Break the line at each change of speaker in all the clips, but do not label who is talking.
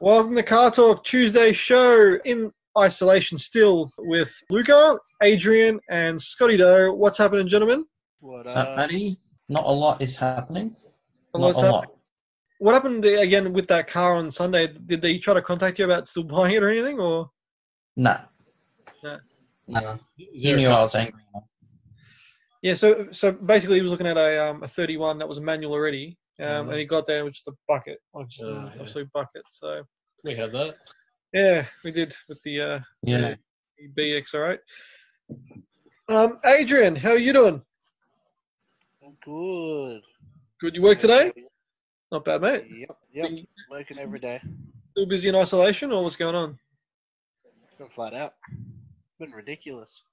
Welcome to Car Talk Tuesday show in isolation still with Luca, Adrian, and Scotty Doe. What's happening, gentlemen?
What
So, Matty, not a lot is happening.
A
not
lot's
a
happening.
lot.
What happened to- again with that car on Sunday? Did they try to contact you about still buying it or anything? Or
Nah.
No.
Nah.
Is
He
there a
knew I
couple-
was angry.
yeah, so so basically he was looking at a um, a 31 that was a manual already, um,
Mhm.
and he got there and it was just a bucket, like just
Oh,
an
Mm-hmm. yeah.
absolute bucket. So
We had that.
yeah, we did with the uh,
Yeah.
BX, all right. Um, Adrian, how are you doing?
Good.
Good. You work today? Not bad, mate.
Yep, yep. Working every day.
Still busy in isolation, or what's going on?
It's been flat out. Been ridiculous.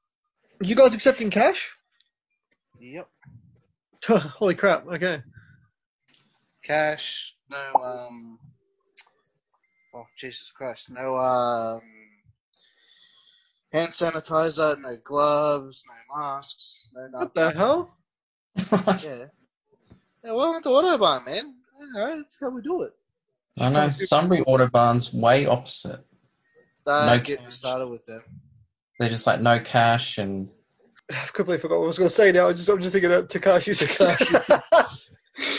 You guys accepting cash?
Yep.
Holy crap! Okay.
Cash. No. Um. Oh Jesus Christ! No. Um. Hand sanitizer. No gloves. No masks. No
What
nothing.
the hell?
Yeah. Yeah. Welcome to Autobahn, man. You know, that's how we do it.
I know. Sunbury Autobahn's way opposite.
Don't
No
get me
cash.
Uh, started with them.
They're just like no cash and
I've completely forgot what I was going to say now. I'm just, I'm just thinking about Takashi Sakashi.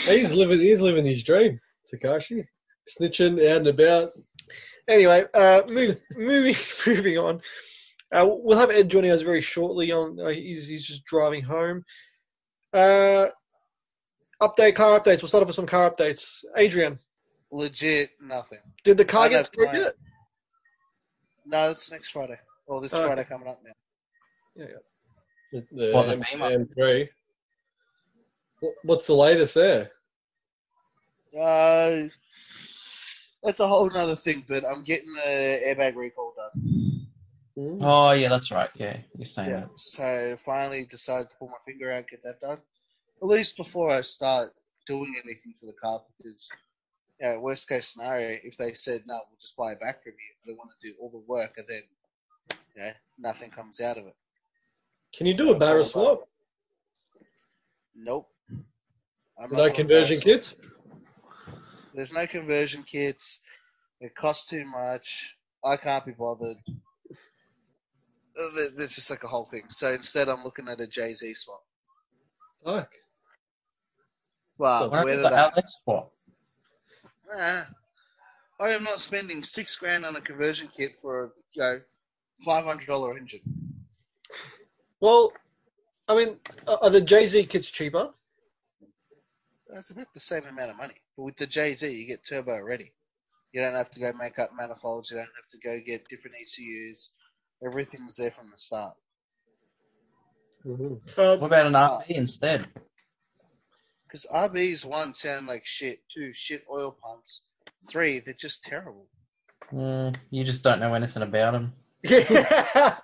He's living. He's living his dream. Takashi snitching out and about.
anyway, uh, move, moving moving on. Uh, we'll have Ed joining us very shortly. On uh, he's, he's just driving home. Uh, update car updates. We'll start off with some car updates. Adrian,
Legit nothing.
did the car
I
get
don't
through
mind.
yet?
No, that's next Friday. Or this
Okay.
Friday coming up now.
The, the
What, the
M-
Beamer?
M3. What- What's the latest there?
Uh, that's a whole nother thing, but I'm getting the airbag recall done.
Hmm?
oh yeah, that's right. Yeah, you're saying
Yeah,
that.
so finally decided to pull my finger out, get that done. At least before I start doing anything to the car, because you know, worst case scenario, if they said no, we'll just buy it back from you, I don't want to do all the work and then you know, nothing comes out of it.
Can you do a barrel swap?
Nope. I'm not
No
doing
conversion
those.
kits.
There's no conversion kits. It costs too much. I can't be bothered. Uh, th- There's just like a whole thing. So instead, I'm looking at a Jay Z swap.
Fuck.
Well,
Uh,
So
What
whether
happened to
that,
Alex? What?
Nah. I am not spending six grand on a conversion kit for a you know, five hundred dollar engine.
Well, I mean, are are the Jay Z kits cheaper?
That's about the same amount of money. But with the Jay Z, you get turbo ready. You don't have to go make up manifolds. You don't have to go get different ECUs. Everything's there from the start.
Mhm.
Uh,
What about an RP instead?
Because RBs one sound like shit, two shit oil pumps, three they're just terrible.
Mm, you just don't know anything about him.
Yeah,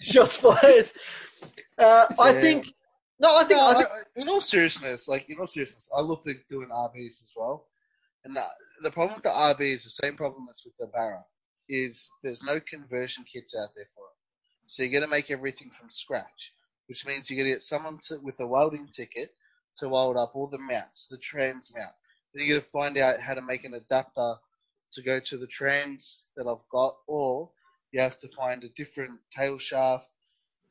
just fired. Uh, I
Yeah.
think no, I think
No,
I
I,
think
I- in all seriousness, like in all seriousness, I looked at doing RBs as well, and the, the problem with the RB is the same problem that's with the Barra, is there's no conversion kits out there for it, so you got to make everything from scratch, which means you got to get someone to, with a welding ticket to weld up all the mounts, the trans mount. Then you got to find out how to make an adapter to go to the trans that I've got, or you have to find a different tail shaft.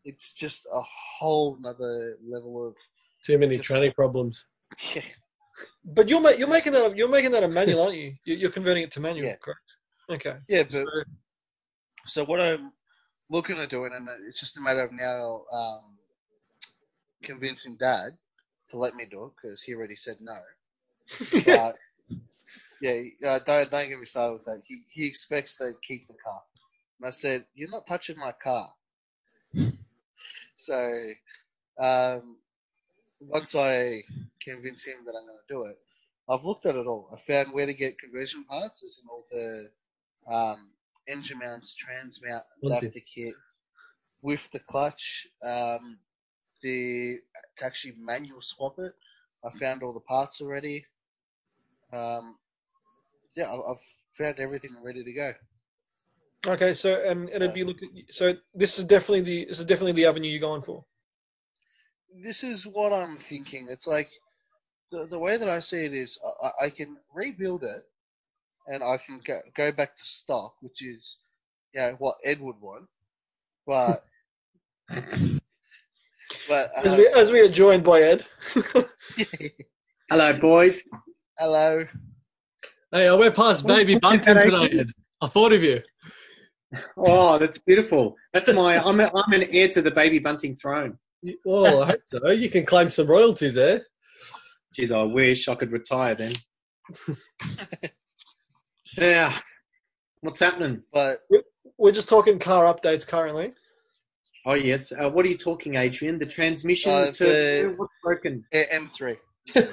It's just a whole nother level of
Too many
Just-
tranny problems.
yeah,
but you're ma- you're making that you're making that a manual, aren't you? You- You're converting it to manual,
Yeah.
correct? Okay.
yeah, but so what I'm looking at doing, and it's just a matter of now um, convincing Dad to let me do it because he already said no. But yeah, uh, don't don't get me started with that. He he expects to keep the car, and I said you're not touching my car. so, um, once I convince him that I'm going to do it, I've looked at it all. I found where to get conversion parts, as in all the um, engine mounts, trans mount,
What's it?
adapter kit, with the clutch, um, the to actually manual swap it. I found all the parts already. Um, yeah, I- I've found everything ready to go.
Okay. So um, and it'd be looking. So this is definitely the this is definitely the avenue you're going for.
This is what I'm thinking. It's like the the way that I see it is, I- I, I can rebuild it and I can go, go back to stock, which is you know what Ed would want, but but
As
um,
we, as we are joined by Ed.
Hello, boys.
hello,
Hey, I went past Baby Bunting today. Ed. I thought of you.
Oh, that's beautiful. That's my. I'm. A, I'm an heir to the baby bunting throne.
You-
oh,
Well, I hope so. You can claim some royalties there.
Geez, I wish I could retire then. yeah. What's happening?
but
We're just talking car updates currently.
Oh yes. Uh, what are you talking, Adrian? The transmission.
Uh,
the tur-
the-
What's broken?
M three.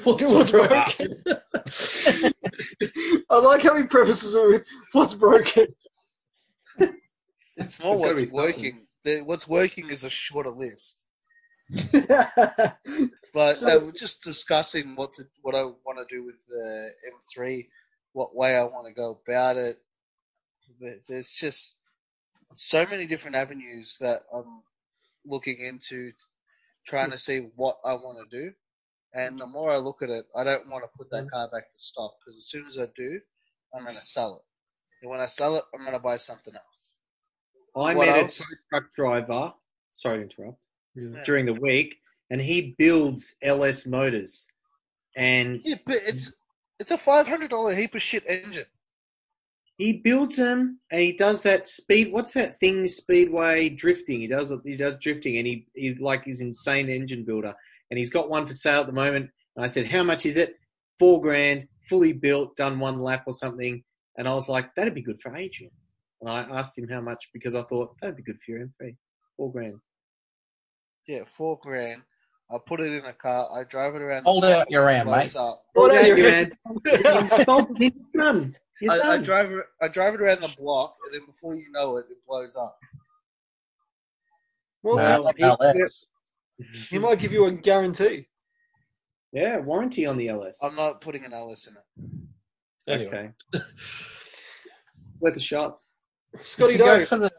What's, what's broken? I like how he prefaces it with "What's broken."
It's more
There's gotta be
what's
something.
working. The, what's working is a shorter list.
yeah,
But
So-
no, we're just discussing what to, what I want to do with the M three, what way I want to go about it. The- There's just so many different avenues that I'm looking into, trying to see what I want to do. And the more I look at it, I don't want to put that car back to stock because as soon as I do, I'm going to sell it. And when I sell it, I'm going to buy something else.
I
What
met
else?
a tow truck driver. Sorry to interrupt.
Yeah.
During the week, and he builds LS motors, and
Yeah, but it's it's a five hundred dollar heap of shit engine.
he builds them and he does that speed what's that thing speedway drifting he does he does drifting and he, he like his insane engine builder and he's got one for sale at the moment and i said how much is it four grand fully built done one lap or something and i was like that'd be good for adrian and i asked him how much because i thought that'd be good for your m3 four grand
Yeah, four grand. I put it in the car. I drive it around. the
Hold
block,
out your hand,
blows
mate.
up.
Well,
Four
there you
grand, You've sold it. You're done. You're
I, I
done.
drive it. I drive it around the block, and then before you know it, it blows up.
well,
Nah.
Well, he-
LS.
he might give you a guarantee.
yeah warranty on the ls
I'm not putting an LS in it.
Anyway.
okay worth a shot
If
Scotty
you go
Doe.
for the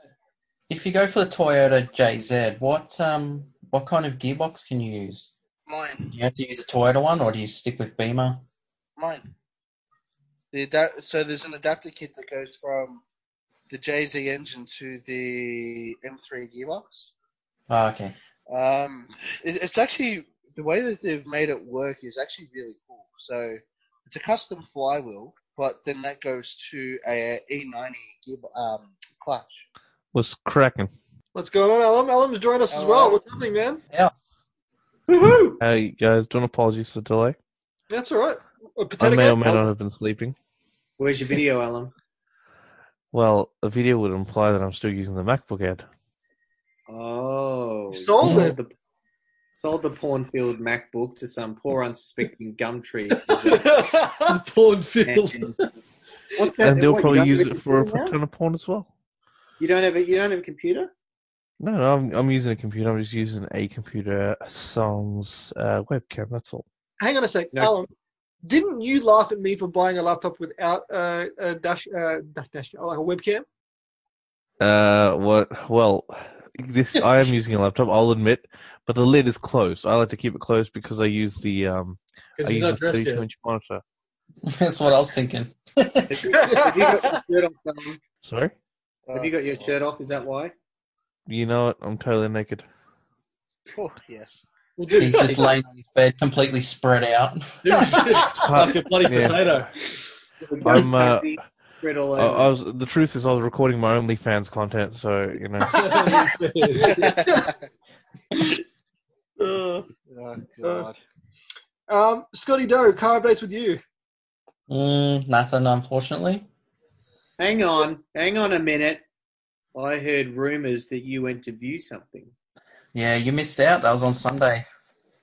if you go for the Toyota JZ, what um what kind of gearbox can you use?
Mine,
Do you have to use a Toyota one, or do you stick with Beamer?
mine. The adapt- so there's an adapter kit that goes from the JZ engine to the M3 gearbox.
Oh, okay.
Um, it, it's actually the way that they've made it work is actually really cool. So it's a custom flywheel, but then that goes to a E90 gear, um, clutch.
was cracking.
What's going on, Alam? Alam's joined us
Oh,
as
Hello.
well. What's happening, man?
Woohoo!
Hey guys, doing apologies for delay.
That's all right. A potato
I may or
cake?
may not have been sleeping.
where's your video alan
Well, a video would imply that I'm still using the MacBook ad.
Oh,
You sold it.
The, sold the Pornfield MacBook to some poor unsuspecting Gumtree.
Pornfield.
and, what's
and they'll
what, you
probably
don't
use
have
it for a
computer now?
ton of porn as well.
You don't have a you don't have a computer.
No, no, I'm, I'm using a computer. I'm just using a computer, songs, uh, webcam. That's all.
Hang on a sec,
No.
Alan. Didn't you laugh at me for buying a laptop without uh, a dash, uh, dash, dash, oh, like a webcam?
Uh, what? Well, this I am using a laptop. I'll admit, but the lid is closed. I like to keep it closed because I use the um, I
Because he's
use
not
a
dressed yet.
32 inch monitor.
That's what I was thinking.
Have you, have you got your shirt off? Alan?
Sorry,
Uh,
Have you got your shirt off? Is that why?
you know what? I'm totally naked.
Oh, yes.
Well, dude,
He's just laying on his bed, completely spread out.
dude, like a bloody
Yeah.
potato.
I'm, uh,
spread all
I,
over.
I was. The truth is, I was recording my OnlyFans content, so you know.
Uh,
oh, God.
um, Scotty Doe, car updates with you.
Mm, nothing, unfortunately.
hang on, hang on a minute. I heard rumors that you went to view something.
Yeah, you missed out. That was on Sunday.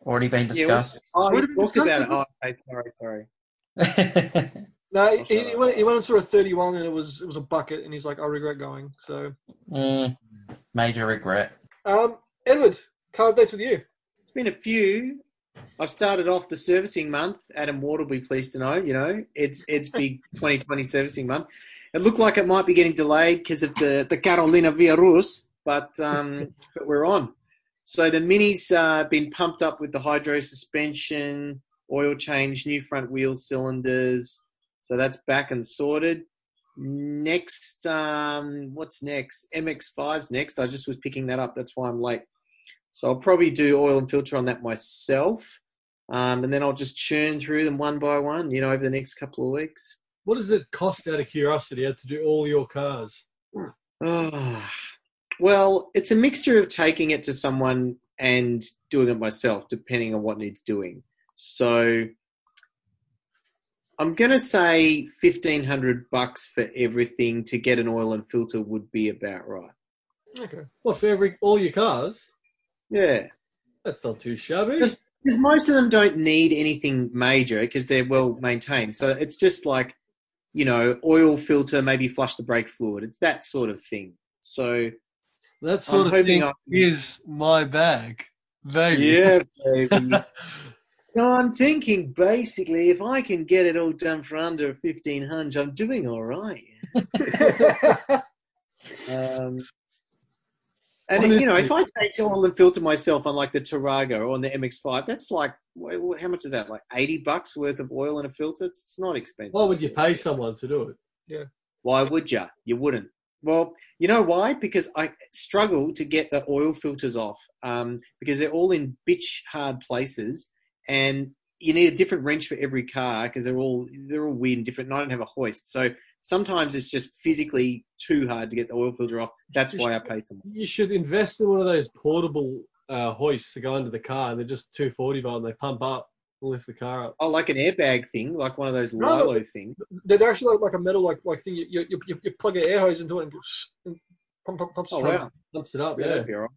Already been
Yeah, what-
discussed.
Oh,
What
you
did we
talked about
discuss?
it. Oh, okay, sorry, sorry.
No,
I'll
he,
shut
he
up.
went. He went and saw a thirty-one, and it was it was a bucket, and he's like, "I regret going." So,
mm, major regret.
um, Edward, car updates with you.
It's been a few. I've started off the servicing month. Adam Ward will be pleased to know. You know, it's it's big 2020 servicing month. It looked like it might be getting delayed because of the the Carolina Virus, but um, but we're on. So the mini's uh, been pumped up with the hydro suspension, oil change, new front wheel cylinders, So that's back and sorted. Next, um, what's next? MX5's next. I just was picking that up. That's why I'm late. So I'll probably do oil and filter on that myself. Um, and then I'll just churn through them one by one, you know, over the next couple of weeks.
What does it cost out of curiosity how to do all your cars?
Ah, well, it's a mixture of taking it to someone and doing it myself, depending on what needs doing. So I'm going to say 1500 bucks for everything to get an oil and filter would be about right.
Okay.
What for every all your cars?
Yeah.
That's not too shabby.
Yes. Because most of them don't need anything major because they're well maintained. So it's just like, you know, oil filter, maybe flush the brake fluid. It's that sort of thing. So
That sort
I'm
of
hoping
thing
I-
is my bag, baby.
baby. so I'm thinking basically, if I can get it all done for under fifteen hundred, I'm doing all right. Um, and you know, if I take oil and filter myself on like the Tarago or on the MX5, that's like wh- wh- how much is that? Like eighty bucks worth of oil and a filter. It's, it's not expensive.
Why would you pay someone to do it?
Why would you? You wouldn't. Well, you know why? Because I struggle to get the oil filters off um, because they're all in bitch hard places, and you need a different wrench for every car because they're all they're all weird and different. And I don't have a hoist, so sometimes it's just physically too hard to get the oil filter off. That's why I pay someone.
You should invest in one of those portable uh, hoists to go under the car, and they're just 240 volt, and they pump up and lift the car up.
Oh, like an airbag thing, like one of those
No, no,
Lilo things.
They're they're actually like, like a metal like like thing. You you, you, you plug an air hose into it and, goes, and pump pump pumps.
Oh
it up.
wow,
Pumps it up,
yeah,
yeah.
that'd be all right.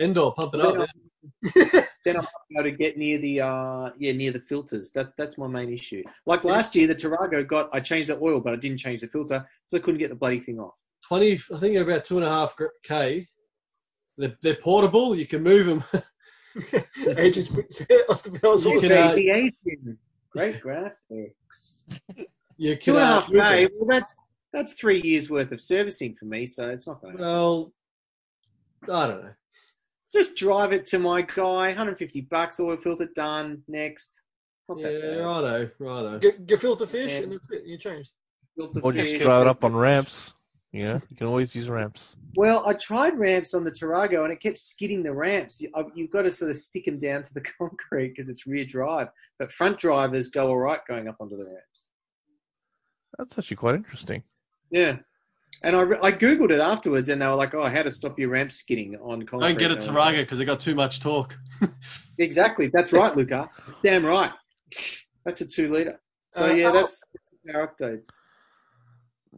Indoor, pump it
Well,
up.
then
yeah.
then I'm not able to get near the uh yeah near the filters. That that's my main issue. Like last year, the Tarago got I changed the oil, but I didn't change the filter, so I couldn't get the bloody thing off.
20, I think they're about two and a half gr- k. They're, they're portable. You can move them.
Agents
You
Mr.
can, uh,
Aviation. Great graphics.
You can,
Two and a
uh,
half
move
K.
them.
Well, that's that's three years worth of servicing for me, so it's not going. to
Well, I don't know.
Just drive it to my guy. 150 bucks. Oil filter done. Next. Not that
Yeah,
bad.
righto, righto.
Get, get filter fish and that's it. You change.
Filter
Or just
fish.
drive it up on ramps. You know, you can always use ramps.
Well, I tried ramps on the Tarago and it kept skidding the ramps. You, I- you've got to sort of stick them down to the concrete because it's rear drive. But front drivers go all right going up onto the ramps.
That's actually quite interesting.
Yeah. And I, re- I Googled it afterwards and they were like, oh, how to stop your ramp skidding on concrete.
Don't get a
And I was like,
Taraga because it got too much torque.
Exactly. That's right, Luca. Damn right. That's a two litre. So,
Uh,
yeah,
oh.
that's, that's our updates.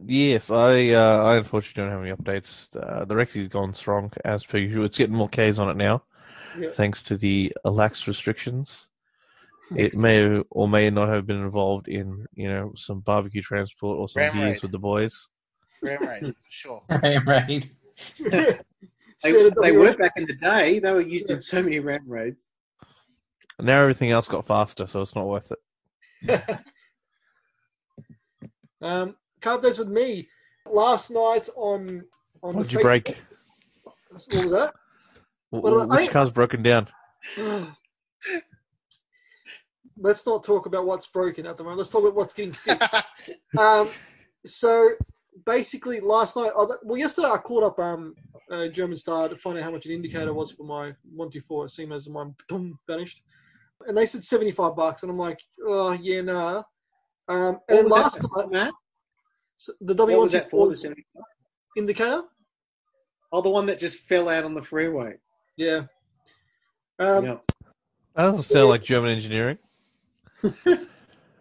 Yes, I uh, I unfortunately don't have any updates. Uh, the Rexy's gone strong as per usual. It's getting more Ks on it now,
Yeah.
thanks to the uh, lax restrictions. It may have, or may not have been involved in you know some barbecue transport or some
Ram
beers
raid.
with the boys.
Ram raid, for sure.
Ram raid.
They,
Straight
they
up
were back in the day. They were used in so many ramp raids.
And now everything else got faster, so it's not worth it.
um, car updates with me. Last night on on
What'd
the
you
Facebook-
break?
What was that?
Wh-
Well,
wh- Which
I-
car's broken down?
Let's not talk about what's broken at the moment. Let's talk about what's getting fixed. um, so basically, last night, oh, well, yesterday I called up um, uh, German Star to find out how much an indicator was for my 124 Siemens, and mine boom, vanished. And they said 75 bucks, and I'm like, oh, yeah, nah. Um, and
What
then
was
last
that
night,
for, Matt?
so the
What was that for? The
W124
semi-
indicator,
Oh, the one that just fell out on the freeway.
yeah. Um,
yeah.
That doesn't sound like German engineering.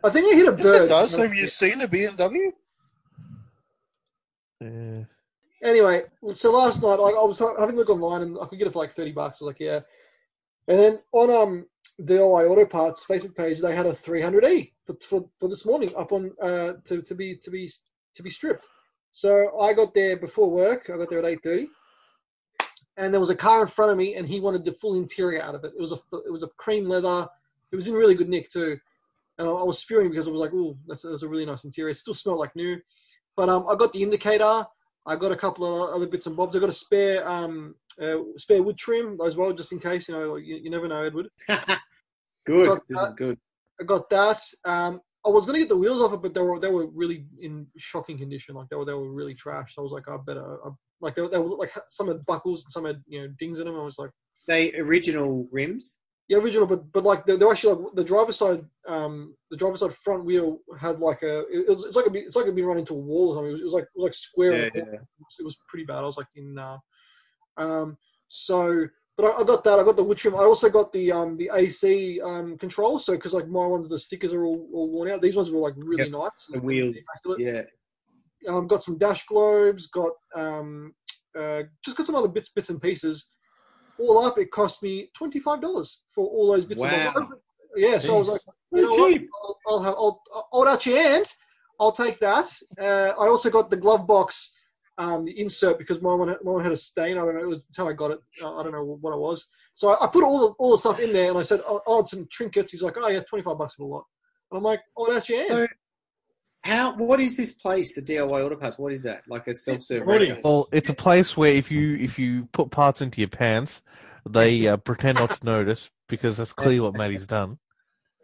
I think I hit a
Yes,
bird.
it does. Have you seen a BMW?
Yeah.
Anyway, so last night like, I was ha- having a look online and I could get it for like thirty bucks. I was like, yeah. And then on um DIY Auto Parts Facebook page, they had a 300e for, for, for this morning up on uh to, to be to be to be stripped. So I got there before work. I got there at eight thirty, and there was a car in front of me, and he wanted the full interior out of it. It was a it was a cream leather. It was in really good nick too, and I, I was spewing because I was like, oh, that's, that's a really nice interior. It still smelled like new, but um, I got the indicator. I got a couple of other bits and bobs. I got a spare um uh, spare wood trim as well, just in case. You know, like, you, you never know, Edward.
good.
Got
This
that.
is good.
I got that. Um, I was gonna get the wheels off it, but they were they were really in shocking condition. Like they were they were really trashed. So I was like, I better I, like they, were- they were like some had buckles and some had you know dings in them. I was like,
They original rims.
yeah, original, but but like they, they were actually like the driver's side um the driver's side front wheel had like a it, was it's like a bit- it's like it'd been run into a wall or something. It was, it was like it was like square. in the corner. It was- it was pretty bad. I was like, nah. Um, so, but I, I got that. I got the wood trim. I also got the um the AC um control. So, because like my ones, the stickers are all, all worn out. These ones were like really
Yep.
nice.
The wheels.
Immaculate.
Yeah.
Um, got some dash globes. Got um, uh, just got some other bits bits and pieces. All up, it cost me twenty five dollars for all those bits.
Wow.
And bobs. yeah. So I was
Jeez.
like, you know what? I'll, I'll have I'll, I'll hold out your hand. I'll take that. Uh, I also got the glove box, um, the insert because my one, my one had a stain. I don't know. It was that's how I got it. Uh, I don't know what it was. So I, I put all the, all the stuff in there and I said, oh, oh, it's some trinkets. He's like, oh yeah, twenty five bucks for the lot. And I'm like, oh, that's your hand.
So- How? What is this place? The DIY auto parts. What is that? Like a self service.
Recording.
Well, it's a place where if you if you put parts into your pants, they uh, pretend not to notice because that's clearly what Maddie's done.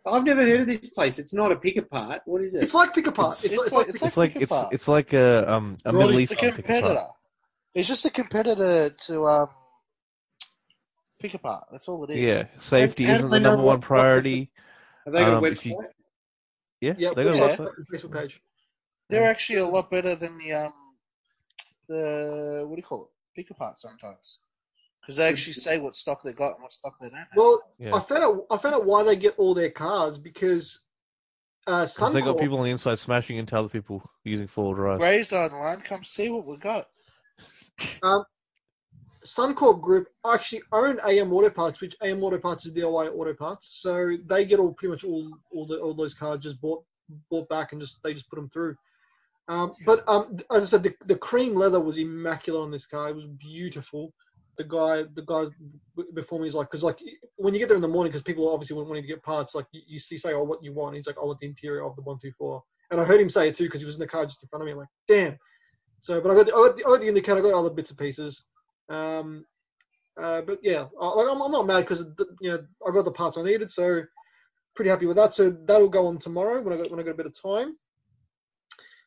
I've never heard of this place. It's not a pick apart. What is it?
It's like pick apart. It's,
It's,
like, it's
like,
like
it's, like
It's like
Pick a
it's
Part.
it's like a um a
Right,
Middle
it's
It's
East
a competitor. It's just a competitor to um, Pick a Part. That's all it is.
Yeah, safety
How do
isn't
they
the
know
number one
what's what?
priority.
Have they got
Um,
a
if
website?
you- Yeah,
yeah.
they got a
website,
website.
Facebook page.
They're actually a lot better than the um, the what do you call it? Pick a Part sometimes because they actually say what stock they got and what stock they don't. Have.
Well,
Yeah,
I found out I found out why they get all their cars because uh,
'Cause they got
Suncorp
people on the inside smashing into other people using four wheel drive.
Graves online. Come see what we got.
Suncorp Group actually own AM Auto Parts, which AM Auto Parts is DIY Auto Parts. So they get all pretty much all all, the, all those cars just bought bought back and just they just put them through. Um, but um, as I said, the, the cream leather was immaculate on this car. It was beautiful. The guy, the guy b- before me is like, because like when you get there in the morning, because people obviously were wanting to get parts, like you, you see, say, oh, what you want. He's like, I want the interior of the one two four. And I heard him say it too because he was in the car just in front of me. I'm like, damn. So, but I got the, I got the, I got the indicator. I got other bits and pieces. Um, uh, but yeah, I, like, I'm, I'm not mad because you know I got the parts I needed, so pretty happy with that. So that'll go on tomorrow when I got when I got a bit of time.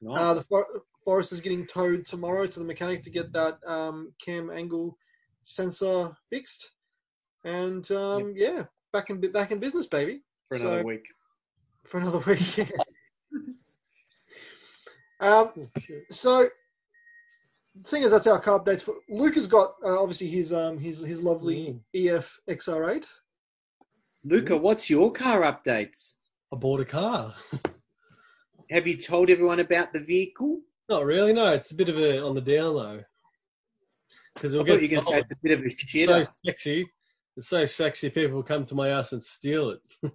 Nice.
Uh, the for- forest is getting towed tomorrow to the mechanic to get that um, cam angle sensor fixed, and um, yeah, back in bu- back in business, baby,
for another
so-
week.
for another week. Yeah. um, so seeing as that's our car updates, but Luke has got uh, obviously his um his his
Mm.
lovely E EF XR8.
Luca, what's your car updates?
I bought a car.
Have you told everyone about the vehicle?
Not really. No, it's a bit of a on the down low. Because
I
it'll
thought
get
you were going to say
stolen.
it's a bit of a
It's
shitter.
so sexy. It's so sexy. People come to my house and steal it.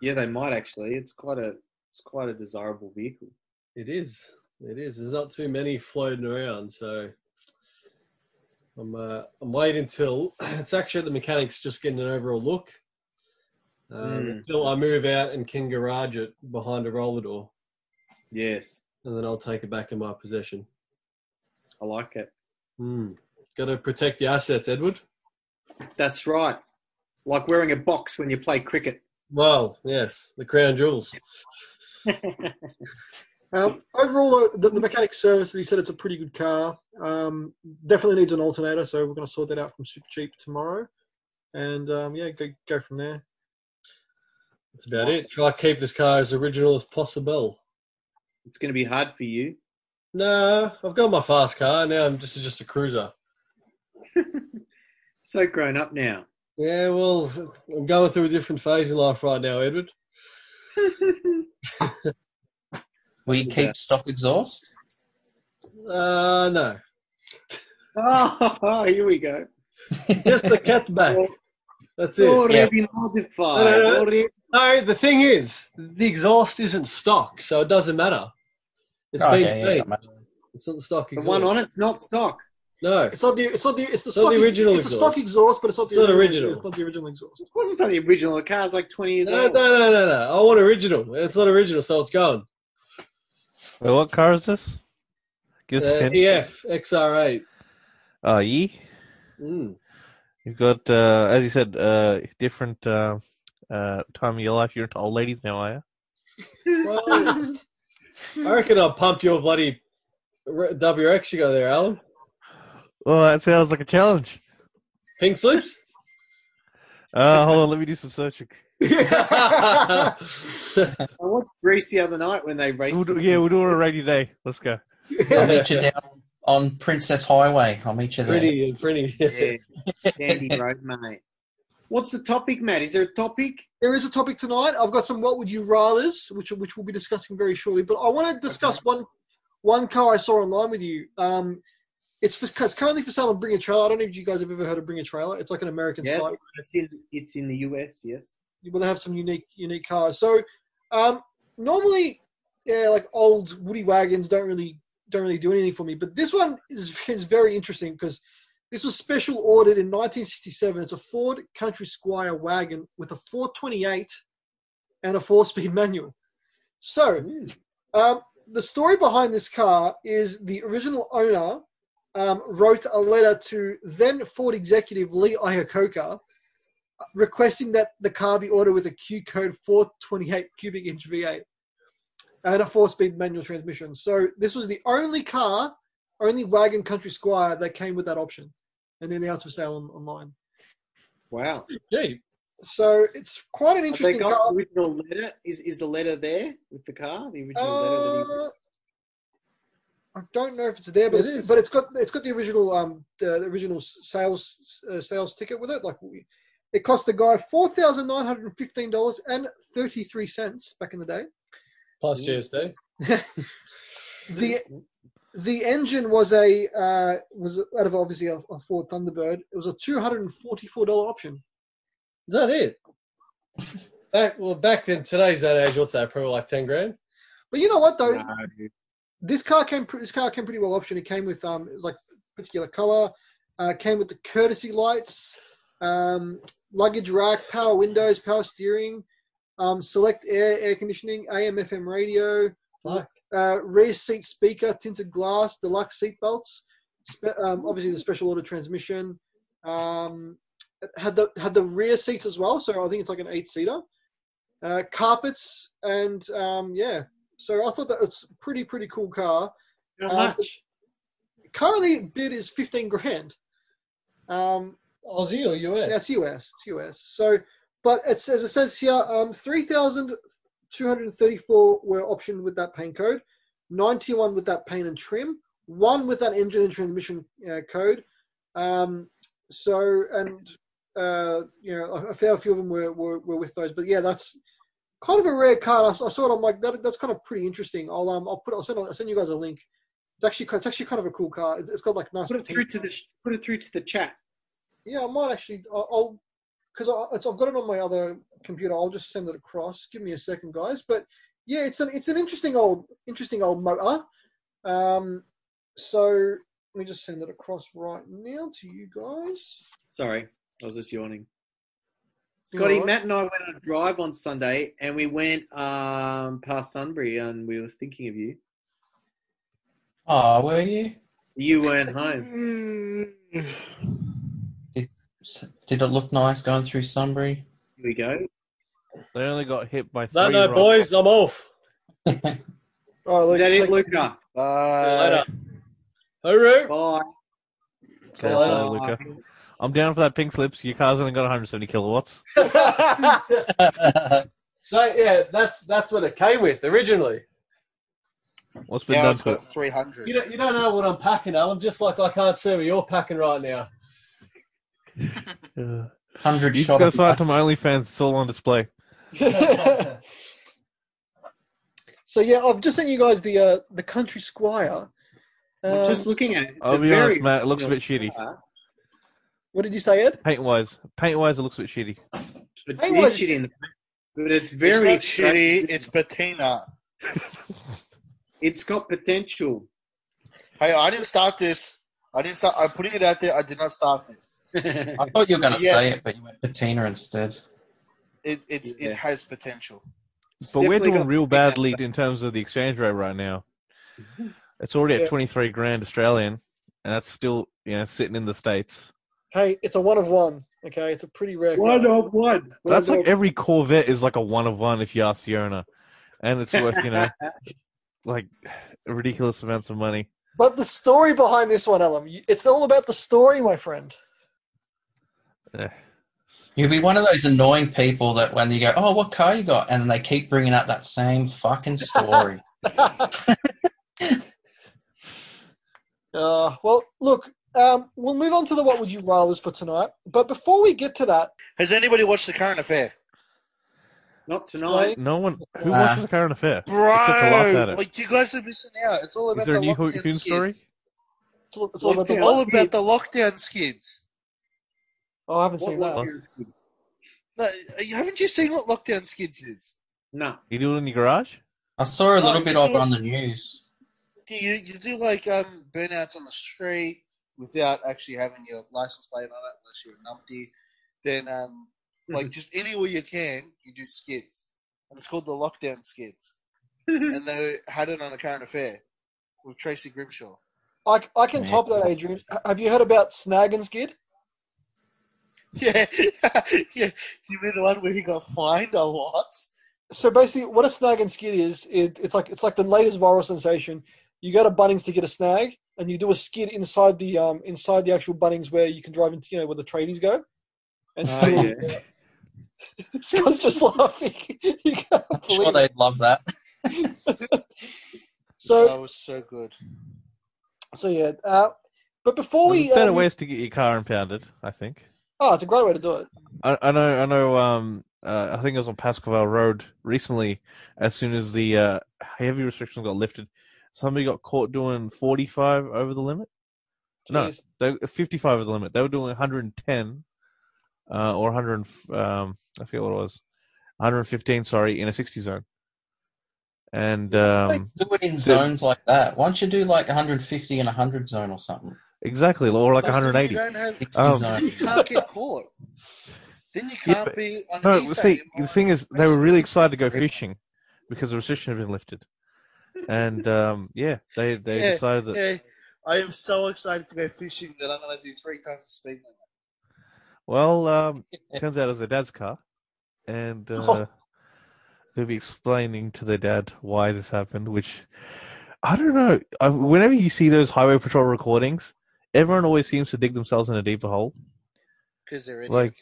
Yeah, they might actually. It's quite a it's quite a desirable vehicle.
It is. It is. There's not too many floating around, so I'm uh, I'm waiting till it's actually at the mechanics just getting an overall look. Um,
Mm.
Until I move out and can garage it behind a roller door,
Yes,
and then I'll take it back in my possession.
I like it.
Mm. Got to protect the assets, Edward.
That's right. Like wearing a box when you play cricket.
Well, yes, the crown jewels.
Um, overall, uh, the, the mechanic service, he said it's a pretty good car. Um, definitely needs an alternator, so we're going to sort that out from Super Cheap tomorrow. And um, yeah, go, go from there.
That's about it. Try to keep this car as original as possible.
It's going to be hard for you.
No, I've got my fast car now. I'm just just a cruiser.
So grown up now.
Yeah, well, I'm going through a different phase in life right now, Edward.
Will you keep stock exhaust?
Uh, no.
oh, here we go.
Just the cat back. That's
It's
it.
already modified.
No, no, no.
Already.
No, the thing is, the exhaust isn't stock, so it doesn't matter. It's
Oh,
been
okay, yeah,
made.
don't matter.
It's not the stock
The
exhaust.
one on it's not stock.
No.
It's not the it's not the it's the,
It's not
stock-
the
e-,
original
It's a stock
exhaust.
exhaust, but it's not the
It's not original.
It's not the original exhaust.
Of course, it's not the original. The car's like 20 years
No, no,
old.
no, no, no. I want original. It's not original, so it's gone.
Wait, what car is this? Give us a
Uh,
hint.
EF XR8.
Oh, ye.
Mm.
You've got, uh, as you said, uh, different uh, uh, time of your life. You're into old ladies now, are you?
Well, I reckon I'll pump your bloody R- WX you got there, Alan.
Well, that sounds like a challenge.
Pink slips.
Uh, hold on, let me do some searching.
I'll
I watched Greece the other night when they raced.
We'll do,
the-
yeah, we'll do it on a rainy day. Let's go.
I'll meet you down on Princess Highway. I'll meet you there.
Pretty, pretty.
Yeah. Sandy Road, mate. What's the topic, Matt? Is there a topic?
there is a topic tonight. I've got some what would you rather's, which which we'll be discussing very shortly. But I want to discuss one one car I saw online with you. Um, it's for, it's currently for sale on Bring a Trailer. I don't know if you guys have ever heard of Bring a Trailer. It's like an American
Yes,
site.
it's in, it's in the US. Yes.
Well, they have some unique unique cars. So um, normally, yeah, like old Woody wagons don't really don't really do anything for me. But this one is is very interesting because this was special ordered in 1967. It's a Ford Country Squire wagon with a 428 and a four-speed manual. So um, the story behind this car is the original owner. Um, wrote a letter to then Ford executive Lee Iacocca, requesting that the car be ordered with a Q code 428 cubic inch V8 and a four speed manual transmission. So this was the only car, only wagon country squire that came with that option. And then now it's for sale on, online.
Wow.
Yeah,
So it's quite an
Have they
interesting
got
car.
the original letter? Is is the letter there with the car? The original letter. That he...
Uh, I don't know if it's there, but
It
it's,
is.
but it's got it's got the original um the, the original s- sales uh, sales ticket with it. Like we- it cost the guy four thousand nine hundred and fifteen dollars and thirty three cents back in the day.
plus GSD.
the the engine was a uh, was out of obviously a, a Ford Thunderbird. It was a two hundred and forty four dollar option.
Is that it? Back well, back in today's that age, what's that? Probably like ten grand.
But you know what though,
No.
this car came pre- this car came pretty well optioned. It came with um like particular color, uh, came with the courtesy lights, um, luggage rack, power windows, power steering, um, select air air conditioning, AM FM radio,
Fuck.
uh, rear seat speaker, tinted glass, deluxe seat belts, spe- um, obviously the special order transmission. Um, it had the had the rear seats as well, so I think it's like an eight seater. Uh, carpets and um, yeah, so I thought that it's a pretty pretty cool car.
How
Uh,
much?
Currently bid is fifteen grand. Um,
Aussie or US?
that's US. It's US. So, but it's as it says here, um, three thousand two hundred thirty-four were optioned with that paint code, ninety-one with that paint and trim, one with that engine and transmission uh, code. Um, so, and uh, you know, a, a fair few of them were, were were with those. But yeah, that's kind of a rare card. I, s- I saw it. I'm like, that, that's kind of pretty interesting. I'll um, I'll put, I'll send, I'll send you guys a link. It's actually, it's actually kind of a cool car. It's, it's got like nice.
Put it
paint.
through to the sh- put it through to the chat.
Yeah, I might actually. I- I'll because it's I've got it on my other computer. I'll just send it across. Give me a second, guys. But yeah, it's an it's an interesting old interesting old motor. Um, so let me just send it across right now to you guys.
Sorry, I was just yawning.
You
Scotty,
alright?
Matt, and I went on a drive on Sunday, and we went um, past Sunbury, and we were thinking of you.
Oh, were you?
You weren't home.
Mm.
S- Did it look nice going through Sunbury?
Here we go.
They only got hit by three.
No, no,
rocks.
boys, I'm off.
Oh,
Is
look,
that
take-
it, Luca?
Uh,
Later. Hooroo.
Bye.
See you later, Luca. I'm down for that pink slips. Your car's only got 170 kilowatts.
So yeah, that's that's what it came with originally.
What's been
now
done
it's
to it?
got 300.
You don't, you don't know what I'm packing, Alan. Just like I can't see what you're packing right now.
Hundred
You just got to
shots.
sign up to my OnlyFans. It's all on display.
so yeah, I've just sent you guys the uh, the Country Squire.
I'm
Um,
just looking at it. It's
I'll
a
be
very uh,
honest, Matt. It looks a bit
original
shitty.
car,
what did you say, Ed?
Paint wise, paint wise, it looks a bit shitty.
But
Hey,
it
what-
is shitty in the back, but
It's
it's very
not shitty.
attractive.
It's patina.
it's got potential.
Hey, I didn't start this. I didn't start. I'm putting it out there. I did not start this.
I thought you were going to
Yes.
say it, but you went patina instead.
It it's,
Yeah.
it has potential.
But we're
definitely
doing
got
real
something that-
badly in terms of the exchange rate right now. It's already at
Yeah.
23 grand Australian, and that's still you know sitting in the states.
Hey, it's a one of one. Okay, it's a pretty rare. car.
one of one.
That's like every Corvette is like a one of one if you ask the owner. and it's worth you know like ridiculous amounts of money.
But the story behind this one, Alan, you- it's all about the story, my friend.
You'll be one of those annoying people that when you go, oh, what car you got? And they keep bringing up that same fucking story.
Uh, well, look, um, we'll move on to the what would you rather's for tonight. But before we get to that,
Has anybody watched The Current Affair?
Not tonight.
No one who
Uh,
watches the current affair.
Bro,
Except to laugh at it.
like you guys are missing out. It's all
Is
about
there a
the
new
lockdown
Hoon
skids.
story?
it's all, it's all about
It's
the
Yeah.
all
what?
about the lockdown skids.
Oh, I haven't
What
seen that.
lockdown
one.
skid?
No, you- haven't you seen what lockdown skids is?
No.
You do it in your garage?
I saw a
Oh,
little
you
bit of
do
it
it-
on the news.
Do you you do like um burnouts on the street without actually having your license plate on it unless you're an umpty? Then um like just anywhere you can, you do skids, and it's called the lockdown skids. and they had it on a current affair with Tracy Grimshaw.
I, I can
Man.
top that, Adrian. H- Have you heard about Snag and Skid?
Yeah, yeah. You mean the one where he got fined a lot?
So basically, what a snag and skid is, it, it's like it's like the latest viral sensation. You go to Bunnings to get a snag, and you do a skid inside the um inside the actual Bunnings where you can drive into you know where the tradies go. And
Oh,
so
yeah.
Scott's just laughing. you can't
I'm
believe
sure
it.
they'd love that.
So
that was so good.
so yeah. Uh, but before
There's
we
better
um,
ways to get your car impounded, I think.
oh, it's a great way to do it.
I, I know, I know. Um, uh, I think it was on Pascoval Road recently. As soon as the uh, heavy restrictions got lifted, somebody got caught doing 45 over the limit. No.
Jeez.
They 55 over the limit. They were doing 110 uh, or 100. Um, I forget what it was. 115, sorry, in a 60 zone. And
Like,
um,
do it in zones like that. Why don't you do like 150 and 100 zone or something? Uh,
exactly, or like
But then
180.
You don't have.
60
Um,
Then you
zone.
can't get caught. Then you
Yeah,
can't
but-
be. On
No,
ether
well, see,
anymore.
the thing is, they were really excited to go fishing because the restriction had been lifted, and um, yeah, they they
Yeah,
decided that.
Yeah, I am so excited to go fishing that I'm going to do three times the speed limit.
Well, um, turns out it was their dad's car, and uh,
Oh.
they'll be explaining to their dad why this happened. Which I don't know. I, whenever you see those highway patrol recordings, everyone always seems to dig themselves in a deeper hole.
Because they're idiots.
Like,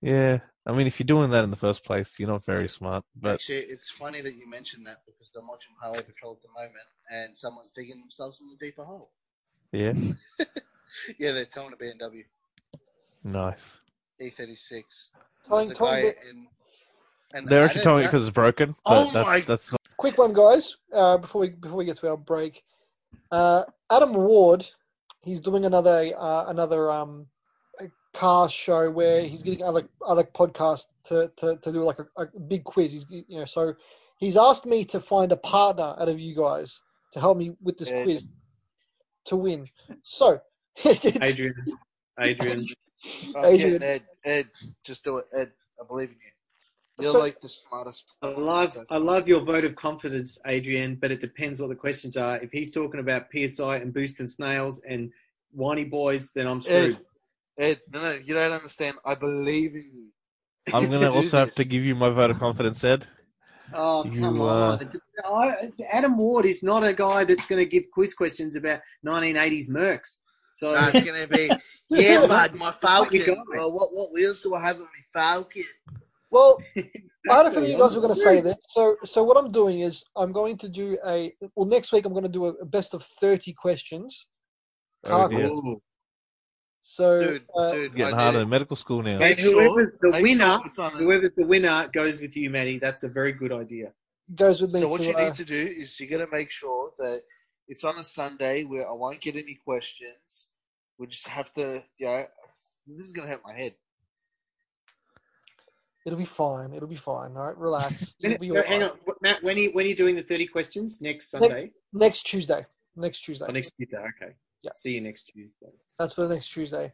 Yeah, I mean, if you're doing that in the first place, you're not very smart. But
Actually, it's funny that you mentioned that because I'm watching Highway Patrol at the moment and someone's digging themselves in a deeper hole.
yeah,
Yeah, they're telling a BMW
nice.
E36.
Time,
E There's a
time,
guy in. And
They're actually telling it
because
because it's broken. But
Oh
that's,
my
that's not
quick one, guys. Uh, before we before we get to our break, uh, Adam Ward, he's doing another uh, another um, a car show where he's getting other other podcasts to, to, to do like a, a big quiz. He's you know so he's asked me to find a partner out of you guys to help me with this
Ed.
quiz to win. So it's-
Adrian. Adrian.
I'm
Adrian.
getting Oh, Ed. Ed, just do it, Ed. I believe in you. You're
So-
like the smartest.
I love I love your vote of confidence, Adrian, but it depends what the questions are. If he's talking about PSI and Boost and Snails and Whiny Boys, then I'm screwed.
Ed, no, no, you don't understand. I believe in you.
I'm gonna
do
also have
this.
to give you my vote of confidence, Ed.
Oh
You,
uh,
come on! I, Adam Ward is not a guy that's going to give quiz questions about 1980s mercs. So
Nah, it's gonna be. Yeah, bud, my
What you
Falcon.
got?
Well, what what wheels do I have on my Falcon?
Well, I had a feeling you guys were going to say
Exactly.
that. So, so what I'm doing is I'm going to do a well next week. I'm going to do a, a best of thirty questions.
Oh,
Car
dear.
quiz.
Ooh.
So,
Dude,
uh,
dude,
Getting
I
harder
did
in
it.
medical school now.
Make
And
sure-
whoever's the
make
winner,
sure it's on it.
whoever's the winner goes with you, Matty. That's a very good idea.
goes with me.
So what
to,
you
uh,
need to do is you gotta make sure that it's on a Sunday where I won't get any questions. We just have to, you know, this is gonna hurt my head.
It'll be fine. It'll be fine. All right, relax. You'll be all
No, hang
right.
on, Matt. When are you, when are you doing the 30 questions next Sunday?
Next Tuesday. Next Tuesday.
Oh, next Tuesday. Okay.
Yeah.
See you next Tuesday.
That's for next Tuesday.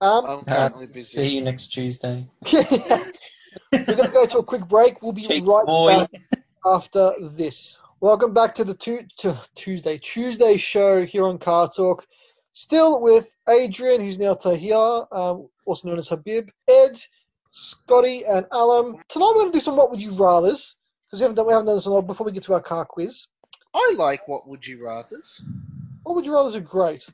Um,
I'm
Uh,
currently busy.
see you next Tuesday.
we're going to go to a quick break. We'll be
Cheeky
right
boy.
back after this. Welcome back to the tu- to Tuesday Tuesday show here on Car Talk. Still with Adrian, who's now Tahir, um, also known as Habib, Ed, Scotty, and Alam. Tonight we're going to do some What Would You Rather's. because we haven't done, we haven't done this in a while. Before we get to our car quiz,
I like what would you rather's.
what would you rather are great?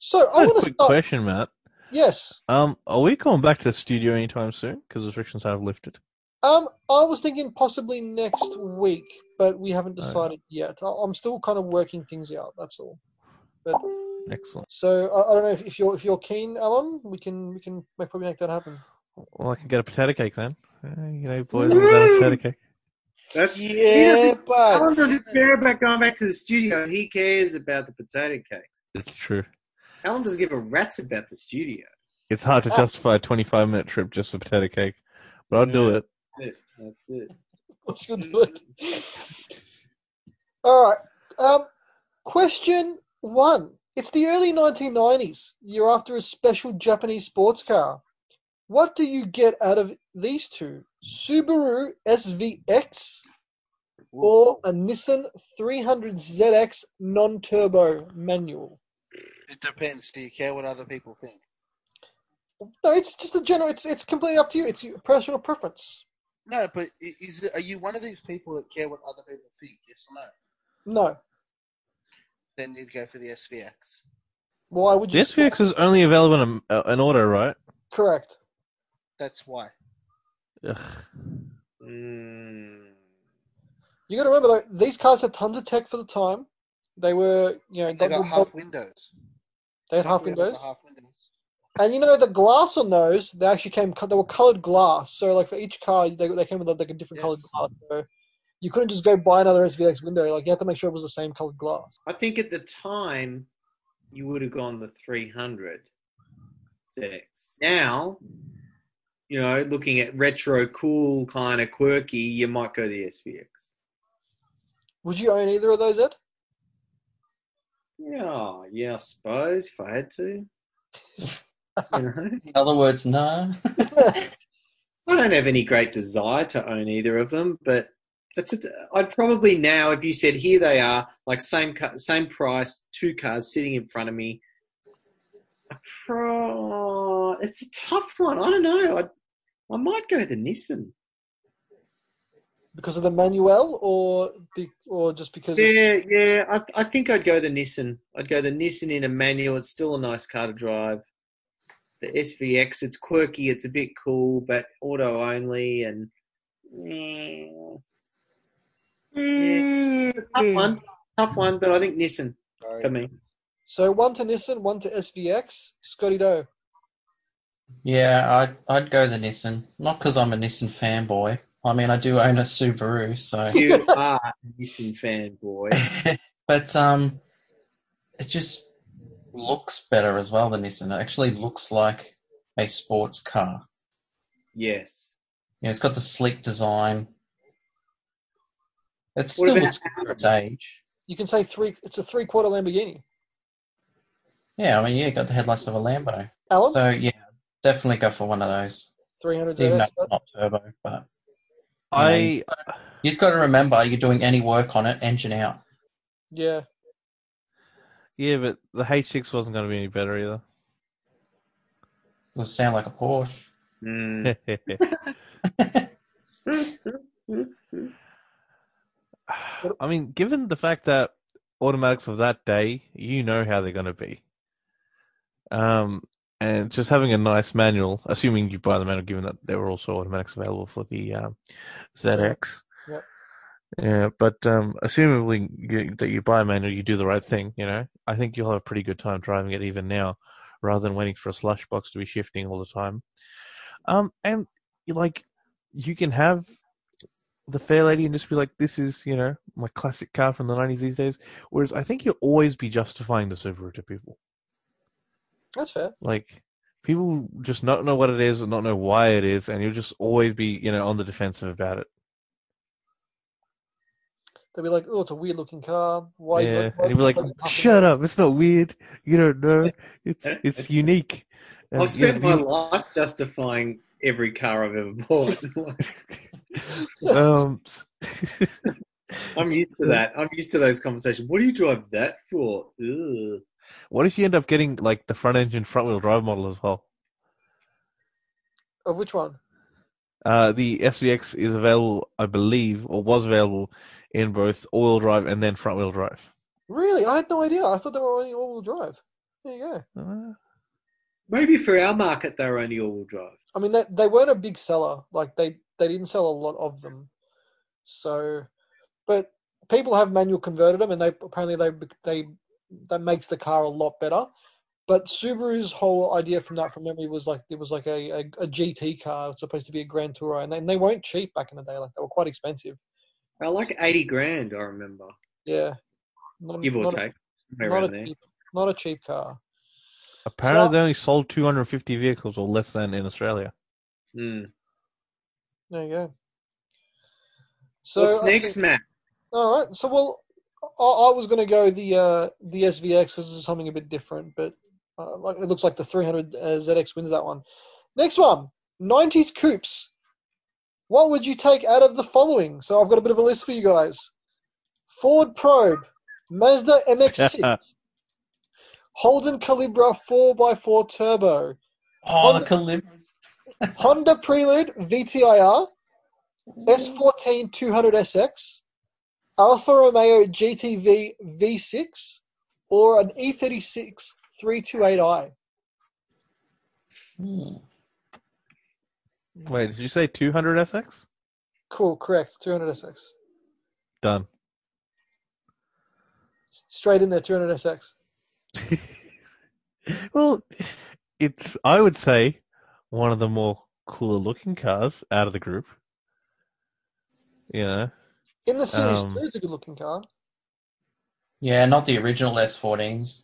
So I
Got a
want to
quick
start.
question, Matt.
Yes.
Um, are we going back to the studio anytime soon? Because restrictions have lifted.
Um, I was thinking possibly next week, but we haven't
Okay.
decided yet. I- I'm still kind of working things out. That's all.
Excellent.
So I, I don't know if, if you're if you're keen, Alan, we can we can make, probably make that happen.
Well, I can get a potato cake then. Uh, you know, boys, love that potato cake.
That's
Yeah,
Alan
but
doesn't care about going back to the studio. He cares about the potato cakes.
It's true.
Alan doesn't give a rat's about the studio.
It's hard to justify a 25 minute trip just for potato cake, but I'll do it.
That's it. That's it.
Let's go do it. All right. Um, question one. It's the early 1990s. You're after a special Japanese sports car. What do you get out of these two? Subaru SVX or a Nissan 300ZX non-turbo manual?
it depends. Do you care what other people think?
No, it's just a general. It's it's completely up to you. It's your personal preference.
No, but i- is it, are you one of these people that care what other people think? Yes or no?
No.
Then you'd go for the SVX.
Why would
The
you?
SVX is only available in uh, an order, right?
Correct.
That's why.
Ugh.
Mm.
You got to remember though, these cars had tons of tech for the time. They were, you know,
They got half windows.
they had half
We got the
windows,
Half windows.
and you know the glass on those they actually came. co- They were colored glass, so like for each car they they came with like a different colored
Yes.
glass. So you couldn't just go buy another SVX window. Like you had to make sure it was the same colored glass.
I think at the time you would have gone the 300 sex. Now, you know, looking at retro, cool, kind of quirky, you might go the SVX.
Would you own either of those, Ed?
Yeah, yeah, I suppose if I had to. You know?
In other words, no.
I don't have any great desire to own either of them, but that's it. I'd probably now, if you said here they are, like same car, same price, two cars sitting in front of me. I Pro, it's a tough one. I don't know. I, I might go the Nissan.
Because of the manual, or be, or just because? It's,
Yeah, yeah. I, I think I'd go the Nissan. I'd go the Nissan in a manual. It's still a nice car to drive. The SVX, it's quirky. It's a bit cool, but auto only and. eh. Yeah. Tough one. Tough one, but I think Nissan
Sorry.
for me.
so one to Nissan, one to SVX. Scotty Doe.
Yeah, I'd, I'd go the Nissan. Not because I'm a Nissan fanboy. I mean, I do own a Subaru, so.
You are a Nissan fanboy.
but um, it just looks better as well than Nissan. It actually looks like a sports car.
Yes.
You know, it's got the sleek design. It
What
still
about
looks good for its age.
You can say three. It's a three-quarter Lamborghini.
Yeah, I mean, yeah, you got the headlights of a Lambo.
Alan,
So yeah, definitely go for one of those.
three hundred
Even though
ZX.
it's not turbo, but
I
you just got to remember you're doing any work on it, engine out.
Yeah.
yeah, but the H6 wasn't going to be any better either.
It'll sound like a Porsche.
Mm.
I mean, given the fact that automatics of that day, you know how they're going to be. Um, and just having a nice manual, assuming you buy the manual, given that there were also automatics available for the um, ZX.
Yep.
Yeah, but um, assuming you, that you buy a manual, you do the right thing. You know, I think you'll have a pretty good time driving it even now, rather than waiting for a slush box to be shifting all the time. Um, and like, you can have the fair lady and just be like, this is, you know, my classic car from the 90s these days. Whereas I think you'll always be justifying the Subaru to people.
That's fair.
Like, people just not know what it is and not know why it is, and you'll just always be, you know, on the defensive about it.
They'll be like, "Oh, it's a weird-looking car. Why?"
yeah.
why-
and you'll be like,
why you have to
shut
do it?"
up. It's not weird. You don't know. It's it's unique. And,
I've
you know,
spent my
these-
life justifying every car I've ever bought.
um,
I'm used to that. I'm used to those conversations. What do you drive that for? Ugh.
what if you end up getting, like, the front engine, front wheel drive model as well?
Of which "Oh, one?
Uh, the SVX is available, I believe, or was available in both all-wheel drive and then front-wheel drive.
Really? I had no idea. I thought they were only all-wheel drive. There you go.
Uh,
Maybe for our market, they're only all-wheel drive.
I mean, they, they weren't a big seller. Like they they didn't sell a lot of them. So, but people have manual converted them, and they apparently they they that makes the car a lot better. But Subaru's whole idea from that, from memory, was like it was like a, a, a GT car. It's supposed to be a Grand Tourer, and they, and they weren't cheap back in the day. Like they were quite expensive.
They're like eighty grand, I remember,
Yeah. Not,
give or
not a-
take. somewhere
not
around
a
there.
cheap, not a cheap car.
apparently, they only sold 250 vehicles or less than in Australia.
Mm.
There you go. So
What's
I
next,
think-
Matt?
all right. So well, I, I was going to go the uh, the SVX because it's something a bit different, but uh, like it looks like the 300 uh, ZX wins that one. Next one, 90s coupes. What would you take out of the following? So I've got a bit of a list for you guys. Ford Probe, Mazda MX-6, Holden Calibra 4x4 Turbo,
Oh,
On-
the Calibra.
Honda Prelude VTIR, S14 200SX, Alfa Romeo GTV V6, or an E E36 328i.
Hmm.
Wait, did you say 200 SX?
Cool, correct. 200SX.
Done.
S- Straight in there, 200SX.
well, it's I would say one of the more cooler looking cars out of the group. You know,
In the series,
Um,
three is a good looking car.
Yeah, not the original S14s.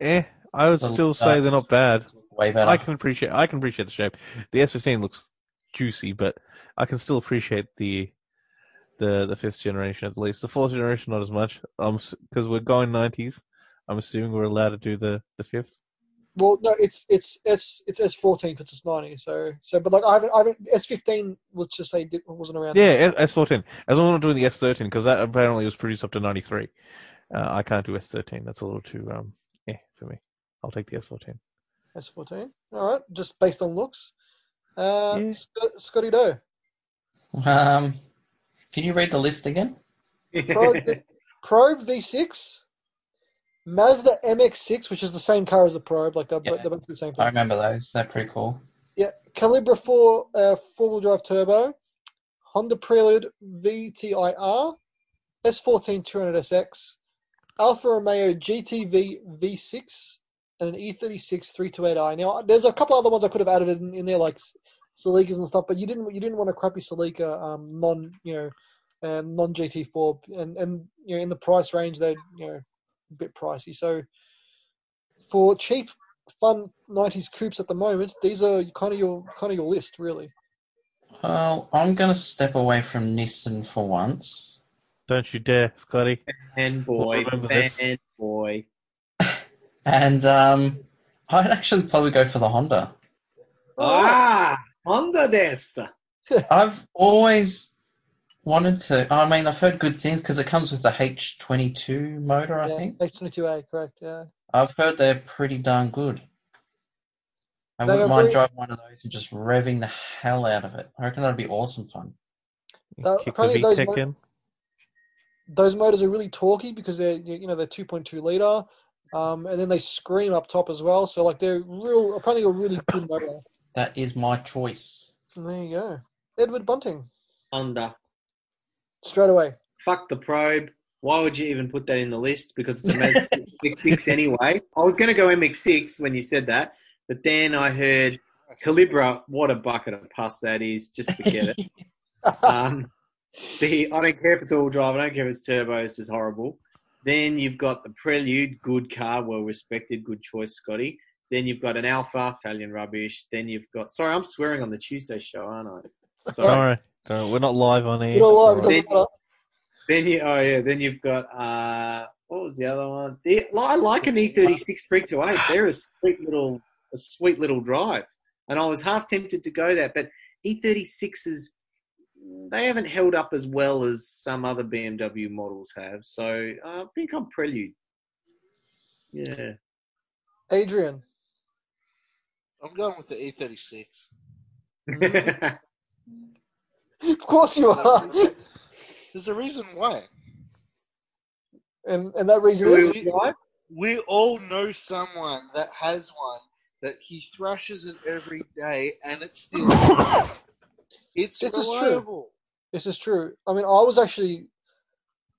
eh? I would
The-
still say
uh,
they're not bad.
Way better.
I can appreciate. I can appreciate the shape. The S fifteen looks juicy, but I can still appreciate the the the fifth generation at least. The fourth generation not as much. Um, because we're going nineties. I'm assuming we're allowed to do the the fifth.
Well, no, it's it's S it's S14 because it's 90. So so, but like I haven't I haven't S15 let's just say did, wasn't around.
Yeah, S fourteen. As long as I'm doing the S thirteen, because that apparently was produced up to ninety three. Uh, I can't do S thirteen. That's a little too um eh for me. I'll take the S fourteen.
S14. All right, just based on looks. Uh,
Yeah.
Sc- Scotty Doe.
Um, can you read the list again?
Probe, Probe V6, Mazda MX6, which is the same car as the Probe, like they're, bo-
Yeah.
they're both the same
I
thing.
remember those. They're pretty cool.
Yeah, Calibra 4 uh, four-wheel drive turbo, Honda Prelude VTIR, S14 200SX, Alfa Romeo GTV V6, and an E E36 328i. Now, there's a couple other ones I could have added in, in there, like Celica's and stuff, but you didn't you didn't want a crappy Celica um, non you know uh, non GT4 and and you know in the price range they're you know a bit pricey. So for cheap fun 90s coupes at the moment these are kind of your kind of your list really
Well, I'm going to step away from Nissan for once.
Don't you dare, Scotty.
And boy,
Remember this.
and boy.
And um, I'd actually probably go for the Honda.
Oh.
Ah, Honda this.
I've always wanted to. I mean, I've heard good things because it comes with the H22 motor, I
yeah,
think.
h22a correct yeah
I've heard they're pretty darn good. I
They
wouldn't
are
mind
very-
driving one of those and just revving the hell out of it. I reckon that'd be awesome fun.
You
Uh,
Kick the
apparently
V
those
Tech
mo-
in.
those motors are really torquey because they're you you know they're 2.2 liter um, and then they scream up top as well so like they're real apparently a really good motor
That is my choice.
And there you go edward bunting
Honda.
straight away
Fuck the probe. Why would you even put that in the list? Because it's a Mazda MX6 anyway. I was going to go MX6 when you said that, but then I heard Calibra. What a bucket of pus that is. Just forget it. um, the I don't care if it's all drive. I don't care if it's turbo. It's just horrible. Then you've got the Prelude, good car, well respected, good choice, Scotty. Then you've got an Alpha, Italian rubbish. Then you've got. Sorry, I'm swearing on the Tuesday show, aren't I?
Don't
Sorry.
worry. Don't worry. We're not live on air.
you know
It's
what it
alright.
doesn't matter.
then you. Oh yeah. Then you've got. uh What was the other one? The, I like an E E36 328. They're a sweet little, a sweet little drive. And I was half tempted to go that, but E36s they haven't held up as well as some other BMW models have. So uh, I think I'm Prelude. Yeah.
adrian
E I'm going with the E36. Mm-hmm.
Of course you are.
There's a reason why.
And and that reason is
Really? We all know someone that has one that he thrashes it every day and it's still. it's
This is true.
reliable.
this is true. I mean, I was actually,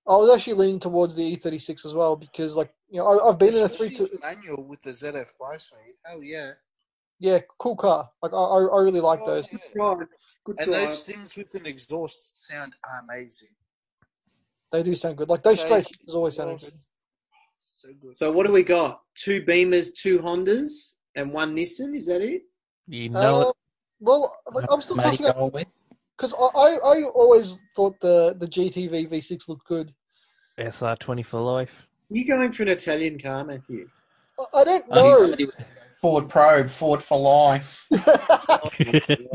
I was actually leaning towards the E36 as well because, like, you know, I, I've been in a three
Especially
two.
with manual with the ZF5 speed. Hell yeah.
Yeah, cool car. Like, I I I really like
Oh,
those.
yeah.
God, good
And
drive.
those things with an exhaust sound amazing.
They do sound good. Like those
They-
straight is always sounding good.
So good.
So what do we got? Two Beamers, two Hondas, and one Nissan. Is that it?
You know
Uh, well, like, I'm still
Matty
tossing up
going with?
because I, I I always thought the the GTV V6 looked good. uh,
it. SR20 for life.
You going for an Italian car, Matthew?
I- I don't
I think
know.
somebody was gonna go Ford Probe, Ford for life.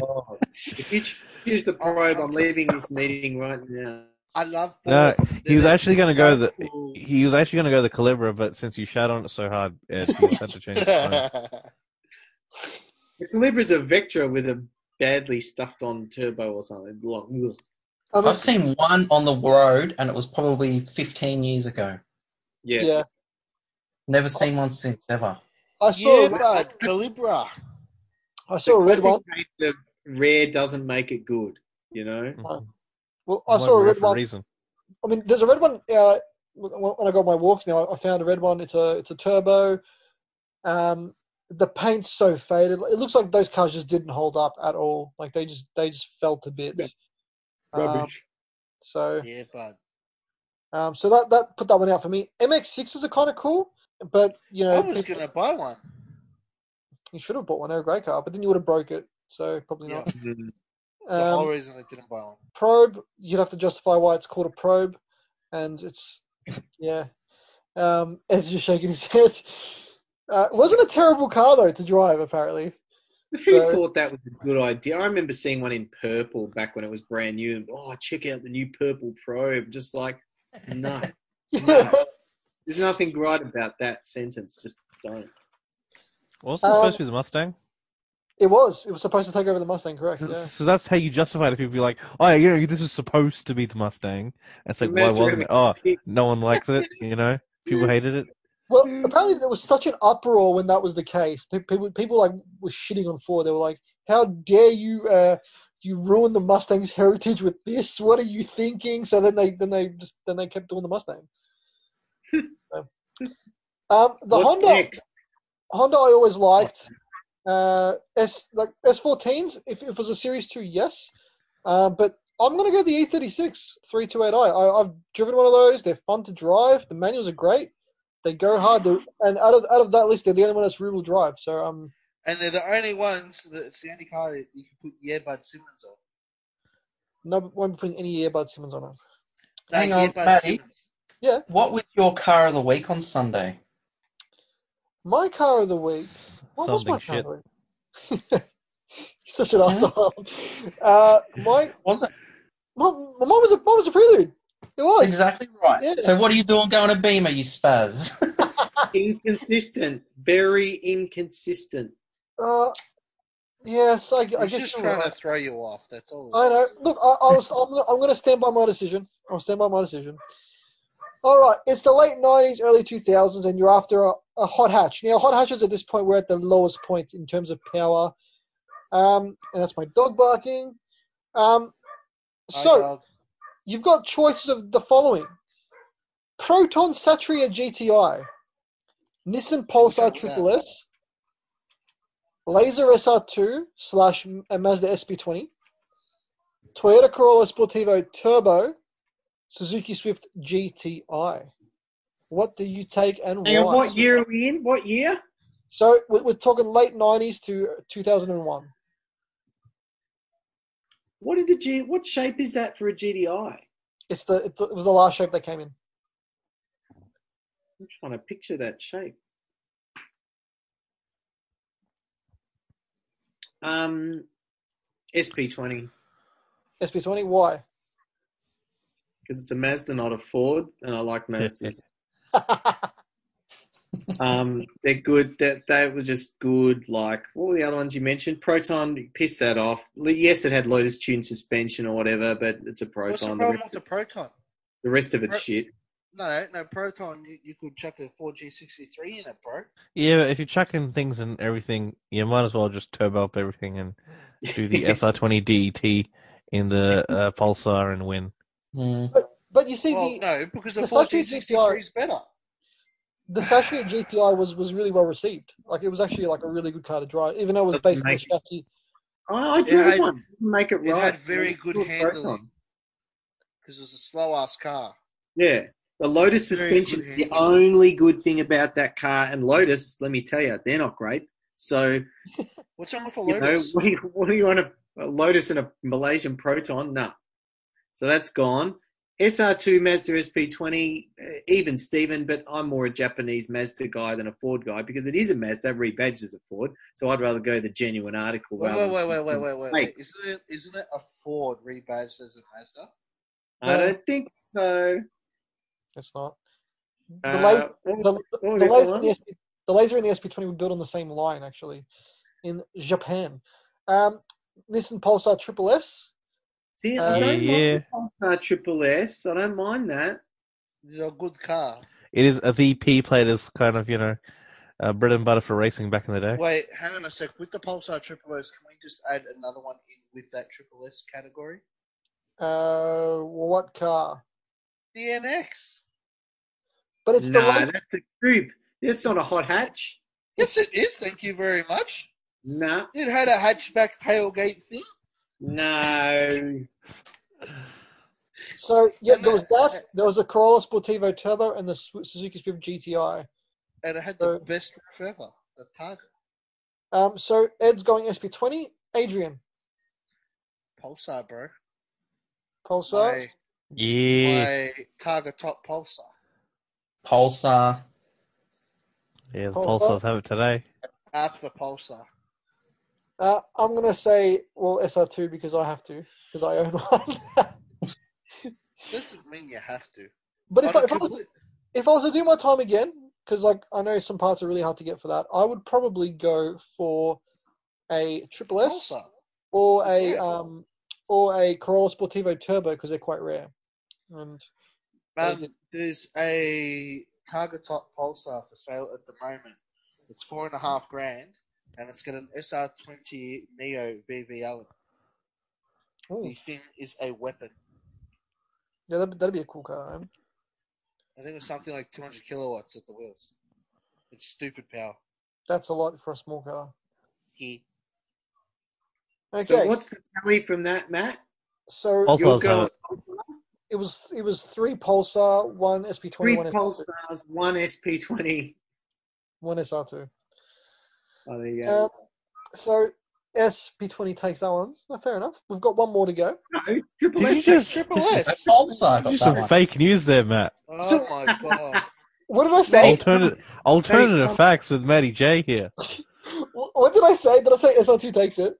Oh, If you choose the probe, I'm leaving this meeting right now.
I love
No,
Fords.
he was
They're
actually going to go
so
the
cool.
he was actually going to go the Calibra, but since you shat on it so hard, Ed, he just had to change. His mind.
The Calibra's a Vectra with a badly stuffed on turbo or something. Long. ugh.
I mean,
I've seen one on the road, and it was probably 15 years ago.
Yeah.
yeah,
Never seen one since ever.
I saw
yeah, but Calibra.
I saw a red
Classic
one.
case of rare doesn't make it good, you know?
Mhm.
Well, I
Might
saw a
be
red
for a
one.
reason.
I mean, there's a red one. Uh, when when I got my walks now, I found a red one. It's a it's a turbo. Um, the paint's so faded. It looks like those cars just didn't hold up at all. Like they just they just fell to bits. Um, so
Yeah, but
um, so that that put that one out for me. MX6s are kind of cool, but you know
I was
people-
gonna buy one.
you should have bought one. They're a great car, but then you would have broke it. So probably
Yeah,
not.
Mhm.
it's the whole
Um,
reason I didn't buy one.
probe. You'd have to justify why it's called a probe, and it's yeah. Um, as you're shaking his head, uh, it wasn't a terrible car though to drive. Apparently,
Who
So-
thought that was a good idea? I remember seeing one in purple back when it was brand new. And, oh, check out the new purple probe. Just like, no. No. There's nothing right about that sentence. Just don't.
Wasn't it
Um,
supposed to be the Mustang?
it was. It was supposed to take over the Mustang, correct? Yeah.
So that's how you justify it. People be like, "Oh, yeah, you know, this is supposed to be the Mustang." And It's like, why
Imagine
wasn't it? Oh,
if-
no one liked it. You know, people hated it.
Well, apparently there was such an uproar when that was the case. Pe- People, people like were shitting on Ford. They were like, "How dare you? Uh, you ruin the Mustang's heritage with this? What are you thinking?" So then they, then they just, then they kept doing the Mustang. So, um, the
What's
Honda.
next?
Honda I always liked. Uh, S like S14s. If, if it was a Series Two, yes. Uh, but I'm gonna go the E E36 328i. I, I've driven one of those. They're fun to drive. The manuals are great. They go hard. They're, and out of out of that list, they're the only one that's rear wheel drive. So um,
And they're the only ones that it's the only car that you can put Earbud Simmons on.
no won't be putting any earbud Simmons on it.
No,
Hang on,
Earbud
Matty.
Simmons.
What was your car of the week on Sunday?
My car of the week. What was
Something
my car
shit.
of the week? Such an
Yeah.
asshole. Uh, my,
Was it
my my mom was a mom was a prelude. It was.
exactly right?
Yeah.
So what are you doing going to Beamer, you spaz?
Inconsistent. Very inconsistent.
Uh, yes, I, I
He's
guess
just
you're
trying
right.
to throw you off. That's all. it
I know.
is.
Look, I, I was, I'm, I'm going to stand by my decision. I'll stand by my decision. All right, it's the late 90s, early 2000s, and you're after a, a hot hatch. Now, hot hatches at this point were at the lowest point in terms of power. Um, and that's my dog barking. Um,
I uh,
so,
got-
you've got choices of the following Proton Satria GTI, Nissan Pulsar
What's that?
Triple S, Laser SR2 slash M- uh, Mazda SB20, Toyota Corolla Sportivo Turbo, Suzuki Swift GTI. What do you take and
Hang on,
why?
what year are we in? What year?
So we're, we're talking late 90s to 2001.
What did the G? What shape is that for a GDI?
It's the it, it was the last shape that came in.
I'm trying to picture that shape. Um, SP20
SB20. Why?
because it's a Mazda, not a Ford, and I like Mazdas. Um, they're good. That that was just good. Like what were the other ones you mentioned? Proton pissed that off. L- Yes, it had Lotus Tune suspension or whatever, but it's a Proton.
What's the
the,
problem
rest,
with the Proton?
the rest of it's
Pro-
shit.
No, no, no Proton. You, you could chuck a 4G63 in it, bro.
Yeah, but if you're chucking things and everything, you might as well just turbo up everything and do the SR20 DET in the uh, Pulsar and win.
Mm.
But you see,
Well,
the,
no, because the
the Sachi
4G63 is better.
the Sashia GTI was, was really well received. Like it was actually like a really good car to drive, even though it was
Doesn't
based on the
make-
chassis.
Oh, I
It
drove
had-
one. Didn't Make it
It
right.
had very good
Proton.
handling because it was a slow ass car.
Yeah. The Lotus
Very
suspension
good
is the
handling.
only good thing about that car. And Lotus, let me tell you, they're not great. So,
What's wrong with a
you know,
Lotus?
what do you, what do you want a, a Lotus and a Malaysian Proton? Nah. So that's gone. SR2 Mazda SP20, uh, even Steven, but I'm more a Japanese Mazda guy than a Ford guy because it is a Mazda, rebadged as a Ford. So I'd rather go the genuine article.
Wait,
rather
wait, wait,
than
wait,
something
wait, wait, wait,
fake.
wait. Isn't it, isn't it a Ford rebadged as a Mazda?
I don't think so.
It's not. The,
Uh,
la-
what-
the,
what
the
were the other
laser, in
ones?
the, SP, the laser and the SP20 were built on the same line, actually, in Japan. Um, Nissan Pulsar Triple S.
See,
Uh,
I don't
Yeah.
mind the Pulsar Triple S. I don't mind that.
It's a good car.
It is a VP plate is kind of, you know, uh, bread and butter for racing back in the day.
Wait, hang on a sec. With the Pulsar Triple S, can we just add another one in with that Triple S category?
Uh, what car?
The NX.
But it's the
no,
laser.
that's a coupe. That's not a hot hatch.
Yes, it is. Thank you very much.
No,
It had a hatchback tailgate thing.
no.
So yeah, there was that. There was a Corolla Sportivo Turbo and the Su- Suzuki Swift GTI.
And it had
Uh,
the best roof ever, the Target
Um, so Ed's going SP20. Adrian
Pulsar, bro.
Pulsar.
My,
Yeah.
my Target top Pulsar.
Pulsar.
Yeah, the
Pulsar.
Pulsars have it today.
After the Pulsar.
Uh, I'm gonna say well SR2 because I have to because I own one.
Doesn't mean you have to.
but if I,
On a
if, I was,
complete-
if I was to do my time again, because like I know some parts are really hard to get for that, I would probably go for a Triple S
Pulsar.
or a
Yeah.
um or a Corolla Sportivo Turbo because they're quite rare. And
Um, there's a Target Top Pulsar for sale at the moment. It's four and a half grand, and it's got an SR20 Neo VVL.
ooh,
The thing is a weapon.
yeah, that'd, that'd be a cool car. um.
I think it's something like 200 kilowatts at the wheels. It's stupid power.
That's a lot for a small car.
He.
Okay,
So
so,
what's the tally from that, Matt?
Pulsars
You're
have
going
it.
it was it was three Pulsar, one SP20,
three
one SR2.
Pulsars, one SP20.
One SR2.
Oh, there you
Um,
go.
so SP20 takes that one. No, fair enough. We've got one more to go.
no, Triple
Did you
S.
just-
Triple S!
Oh, Pulsar got
Just
that
some
one.
fake news there, Matt.
Oh my god.
What did I say?
Alternative, alternative facts with Matty J here.
Wh- What did I say? Did I say SR2 takes it?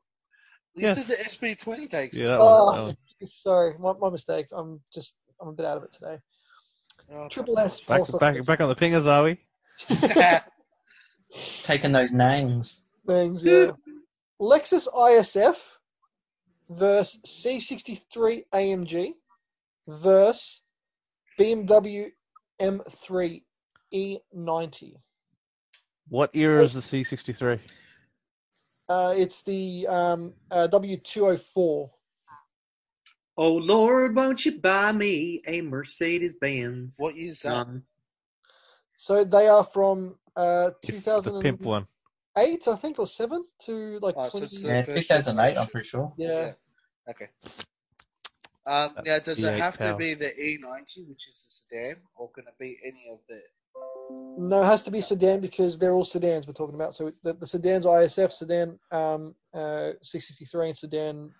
You
Yes.
said the SB20 takes.
Yeah,
it.
that one. that
Oh.
one.
Sorry, my, my mistake. I'm just I'm a bit out of it today.
Oh,
Triple S
Back,
Pulsar
back, back on the fingers, are we?
Taking those nangs.
things. Yeah. Lexus ISF versus C63 AMG versus BMW M3 E E90.
What era is the C63?
Uh, it's the um, uh, W204.
Oh Lord, won't you buy me a Mercedes Benz?
What is that?
Um,
So they are from uh,
It's the pimp
2008,
one.
I think, or seven to like
Oh, so
20.
it's the-
Yeah, 2008, I'm pretty sure.
yeah.
Okay.
Uh,
Um, now, does it
V8
have
power.
to be the E90, which is the sedan, or can it be any of the
No, it has to be sedan because they're all sedans we're talking about. So the, the sedan's ISF, sedan um, uh, 663, and sedan.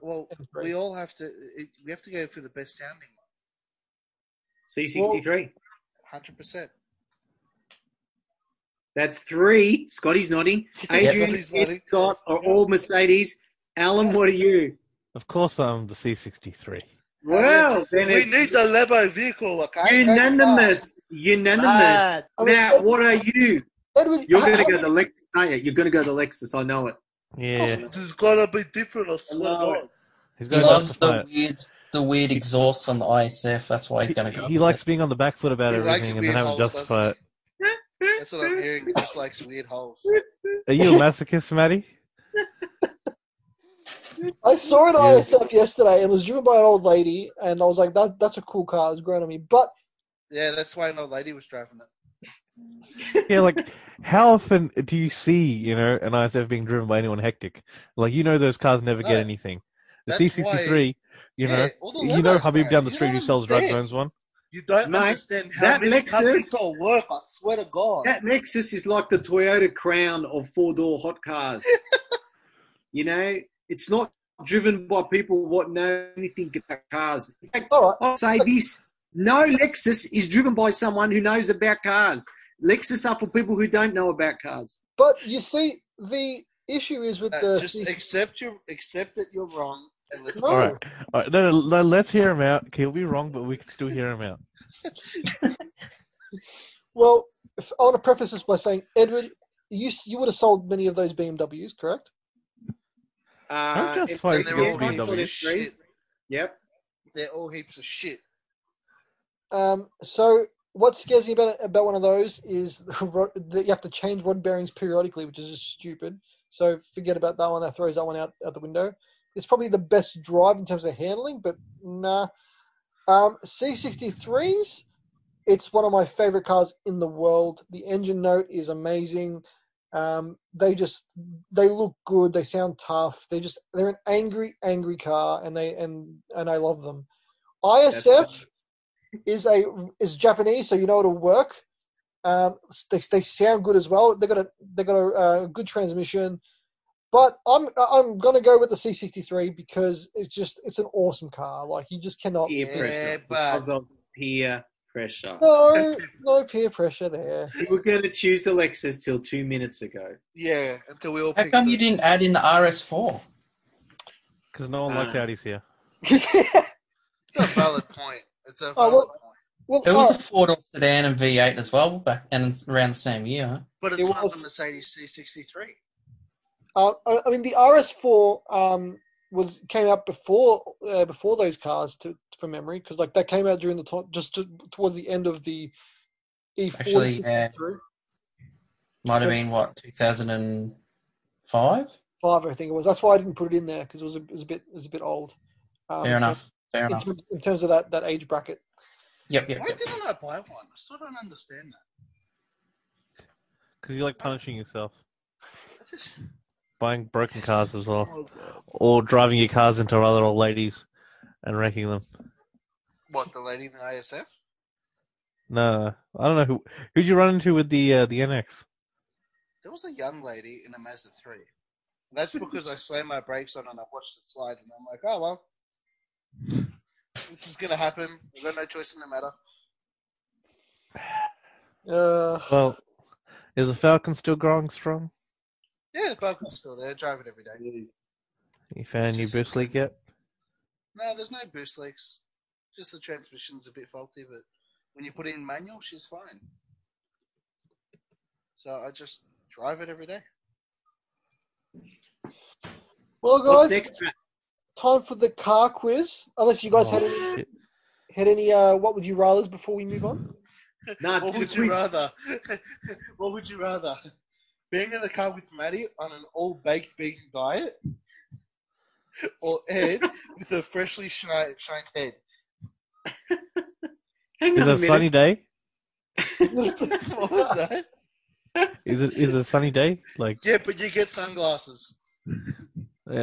Well,
And
we
great.
all have to. It, we have to go for the best sounding one,
C63.
hundred percent.
That's three. Scotty's nodding. Adrian,
Scotty's nodding.
Scott are all Mercedes. Alan, what are you?
Of course, I'm the C63.
Well, then
We
it's
need the Lebo vehicle, okay?
unanimous. Unanimous.
Mad.
I mean,
Now, what are you?
Edward,
You're
how-
going to
how-
go to Lexus, aren't you? You're going to go to Lexus. I know it.
Yeah,
It's gotta be different, I swear to
Hello.
God.
he's
He
got
loves
enough to
the
fight.
weird, the weird exhausts on the ISF. That's why he's going to go.
He, he likes being on the back foot about
He likes
everything and
being
then having to
holes, doesn't
justify it.
That's what I'm hearing. He just likes weird holes.
Are you a masochist, Matty?
I saw an
Yeah.
ISF yesterday and it was driven by an old lady, and I was like, that, that's a cool car. It's grown on me. But
Yeah, that's why an old lady was driving it.
Yeah, like how often do you see, you know, an ISF being driven by anyone hectic? Like you know those cars never get
No.
anything. The
That's
C sixty three, you
Yeah,
know
all the
you know
Lebos,
Habib
man.
down the
You
street
don't
who sells drugs
understand.
owns one.
You don't
Mate,
understand how
that
many
Lexus-
companies are worth, I swear to God.
That Lexus is like the Toyota Crown of four door hot cars. you know, it's not driven by people what know anything about cars. In fact,
all right,
I'll say this no Lexus is driven by someone who knows about cars. Lexus are for people who don't know about cars.
but you see, the issue is with
Uh,
the.
just accept your accept that you're wrong and let's
No.
All right. All right, no, no, no, let's hear him out. He'll be wrong, but we can still hear him out.
Well, if, I want to preface this by saying, Edward, you s- you would have sold many of those BMWs, correct?
Uh,
just
if-
fight
and
It's
they're
against
all
BMW.
heaps of shit.
Yep.
They're all heaps of shit.
Um, so what scares me about about one of those is the ro- that you have to change rod bearings periodically, which is just stupid. So forget about that one. That throws that one out, out the window. It's probably the best drive in terms of handling, but nah. Um, C63s, it's one of my favorite cars in the world. The engine note is amazing. Um, they just they look good. They sound tough. They just they're an angry, angry car, and they and and I love them. ISF is a is Japanese, so you know it'll work. Um, they they sound good as well. They got a they got a uh, good transmission, but I'm I'm gonna go with the C63 because it's just it's an awesome car. Like you just cannot.
Peer
Yeah,
pressure.
but-
Because of peer pressure.
No, no peer pressure there.
You were going to choose the Lexus till two minutes ago.
Yeah, until we all
How
picked
come you
it.
didn't add in the RS4?
Because no one likes
Ah.
Audis here.
It's a valid point. It's a valid
Oh, well-
point.
well,
It
all
Oh.
was a four-door sedan and V8 as well back and around the same year. huh?
But it's
It
not
was-
the Mercedes C63.
Uh, I I mean, the RS4 um, was came out before uh, before those cars to from memory because like that came out during the time just to, towards the end of the E E40.
Actually, yeah. Might have been what 2005.
Five, I think it was. That's why I didn't put it in there because it was a, it was a bit it was a bit old.
Oh,
Um,
Fair enough. Fair
In,
enough.
terms, in terms of that that age bracket,
Yep, yep,
Why
yep.
didn't I buy one? I still don't understand that.
Because you like punishing yourself.
I just,
Buying broken cars as well.
oh, God.
Or driving your cars into other old ladies and wrecking them.
What, the lady in the ISF?
No, no, I don't know who who'd you run into with the uh, the NX.
There was a young lady in a Mazda 3. That's because I slammed my brakes on and I watched it slide and I'm like, oh, well. This is going to happen. We've got no choice in the matter.
uh,
Well, is the Falcon still growing strong?
Yeah, the Falcon's still there. Drive it every day.
You found your
Just-
boost leak yet?
No, there's no boost leaks. Just the transmission's a bit faulty, but when you put it in manual, she's fine. So I just drive it every day.
well,
What's
guys,
next? Matt?
time for the car quiz. Unless you guys had any,
Oh, shit.
had any uh, what would you rather's before we move on?
Nah,
What
do
would
the
you
quiz.
rather? what would you rather? Being in the car with Maddie on an all baked vegan diet, or Ed with a freshly shine shanked head?
Hang
Is
on
it
a
a sunny
minute.
day?
What was that?
Is it is it a sunny day? Like
Yeah, but you get sunglasses.
uh,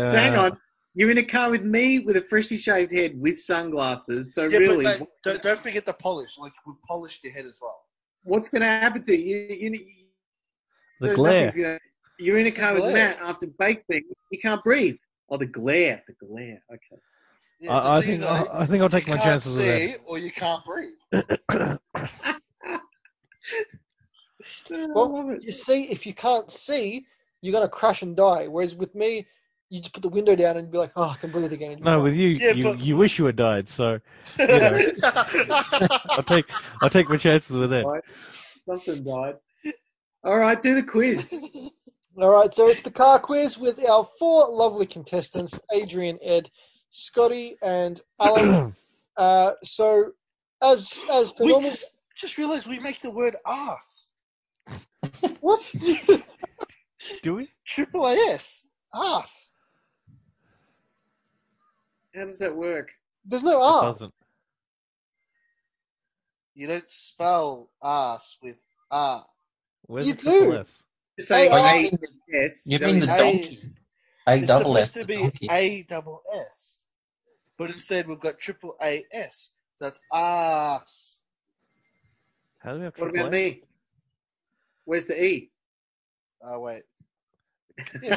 so hang on. You're in a car with me with a freshly shaved head with sunglasses.
Oh,
So
Yeah,
really,
but no, don't, don't forget the polish. Like we polished your head as well.
what's going to happen to you? you, you
The
so
glare.
nothing's Gonna, you're in a
It's the
car with
glare.
Matt after baked thing. You can't breathe. Oh, the glare. The glare. Okay.
Yeah, so
I, I
it's
think
either-
I, I think I'll take
you
my
can't
chances with
see
that.
or you can't breathe.
Oh, I
Well,
love it.
You see, if you can't see, you're gonna crash and die. Whereas with me, you just put the window down and be like, oh, I can breathe again. and you're
No,
fine.
with you,
Yeah,
you,
but-
you wish you had died. So
yeah.
I'll take I'll take my chances with that.
Right. Something died. All right, do the quiz.
All right, so it's the car quiz with our four lovely contestants, Adrian, Ed, Scotty, and Alan. uh, so, as as per
we
normal,
just, just realized we make the word ass.
what?
Do we?
Triple AS. Ass.
How does that work?
There's no
It
R.
doesn't.
You don't spell ass with ah.
Where's
You
the triple
do.
F?
You're saying
Oh,
A,
you
yes.
You
so
mean the
it's-
A-
donkey? A
It's
double S.
supposed to
the
be
donkey.
A double S. But instead we've got triple AS. So that's ass.
How do we have
What
triple
about
A?
me? Where's the E?
Oh wait. Yeah,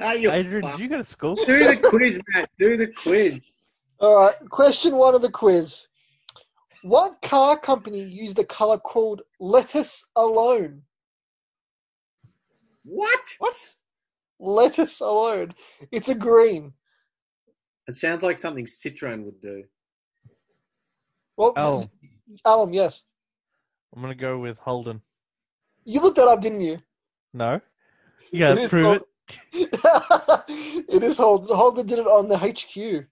sorry.
You're
Adrian,
fucked.
did you go to school?
Do the quiz, Matt. Do the quiz.
All right, question one of the quiz: What car company used a color called lettuce alone?
What?
what?
Lettuce alone. It's a green.
It sounds like something Citroen would do.
Well,
Alan,
alum, yes.
I'm gonna go with Holden.
You looked that up, didn't you?
No. Yeah,
is
prove it.
Holden. it is Holden. Holden did it on the HQ.
Yeah,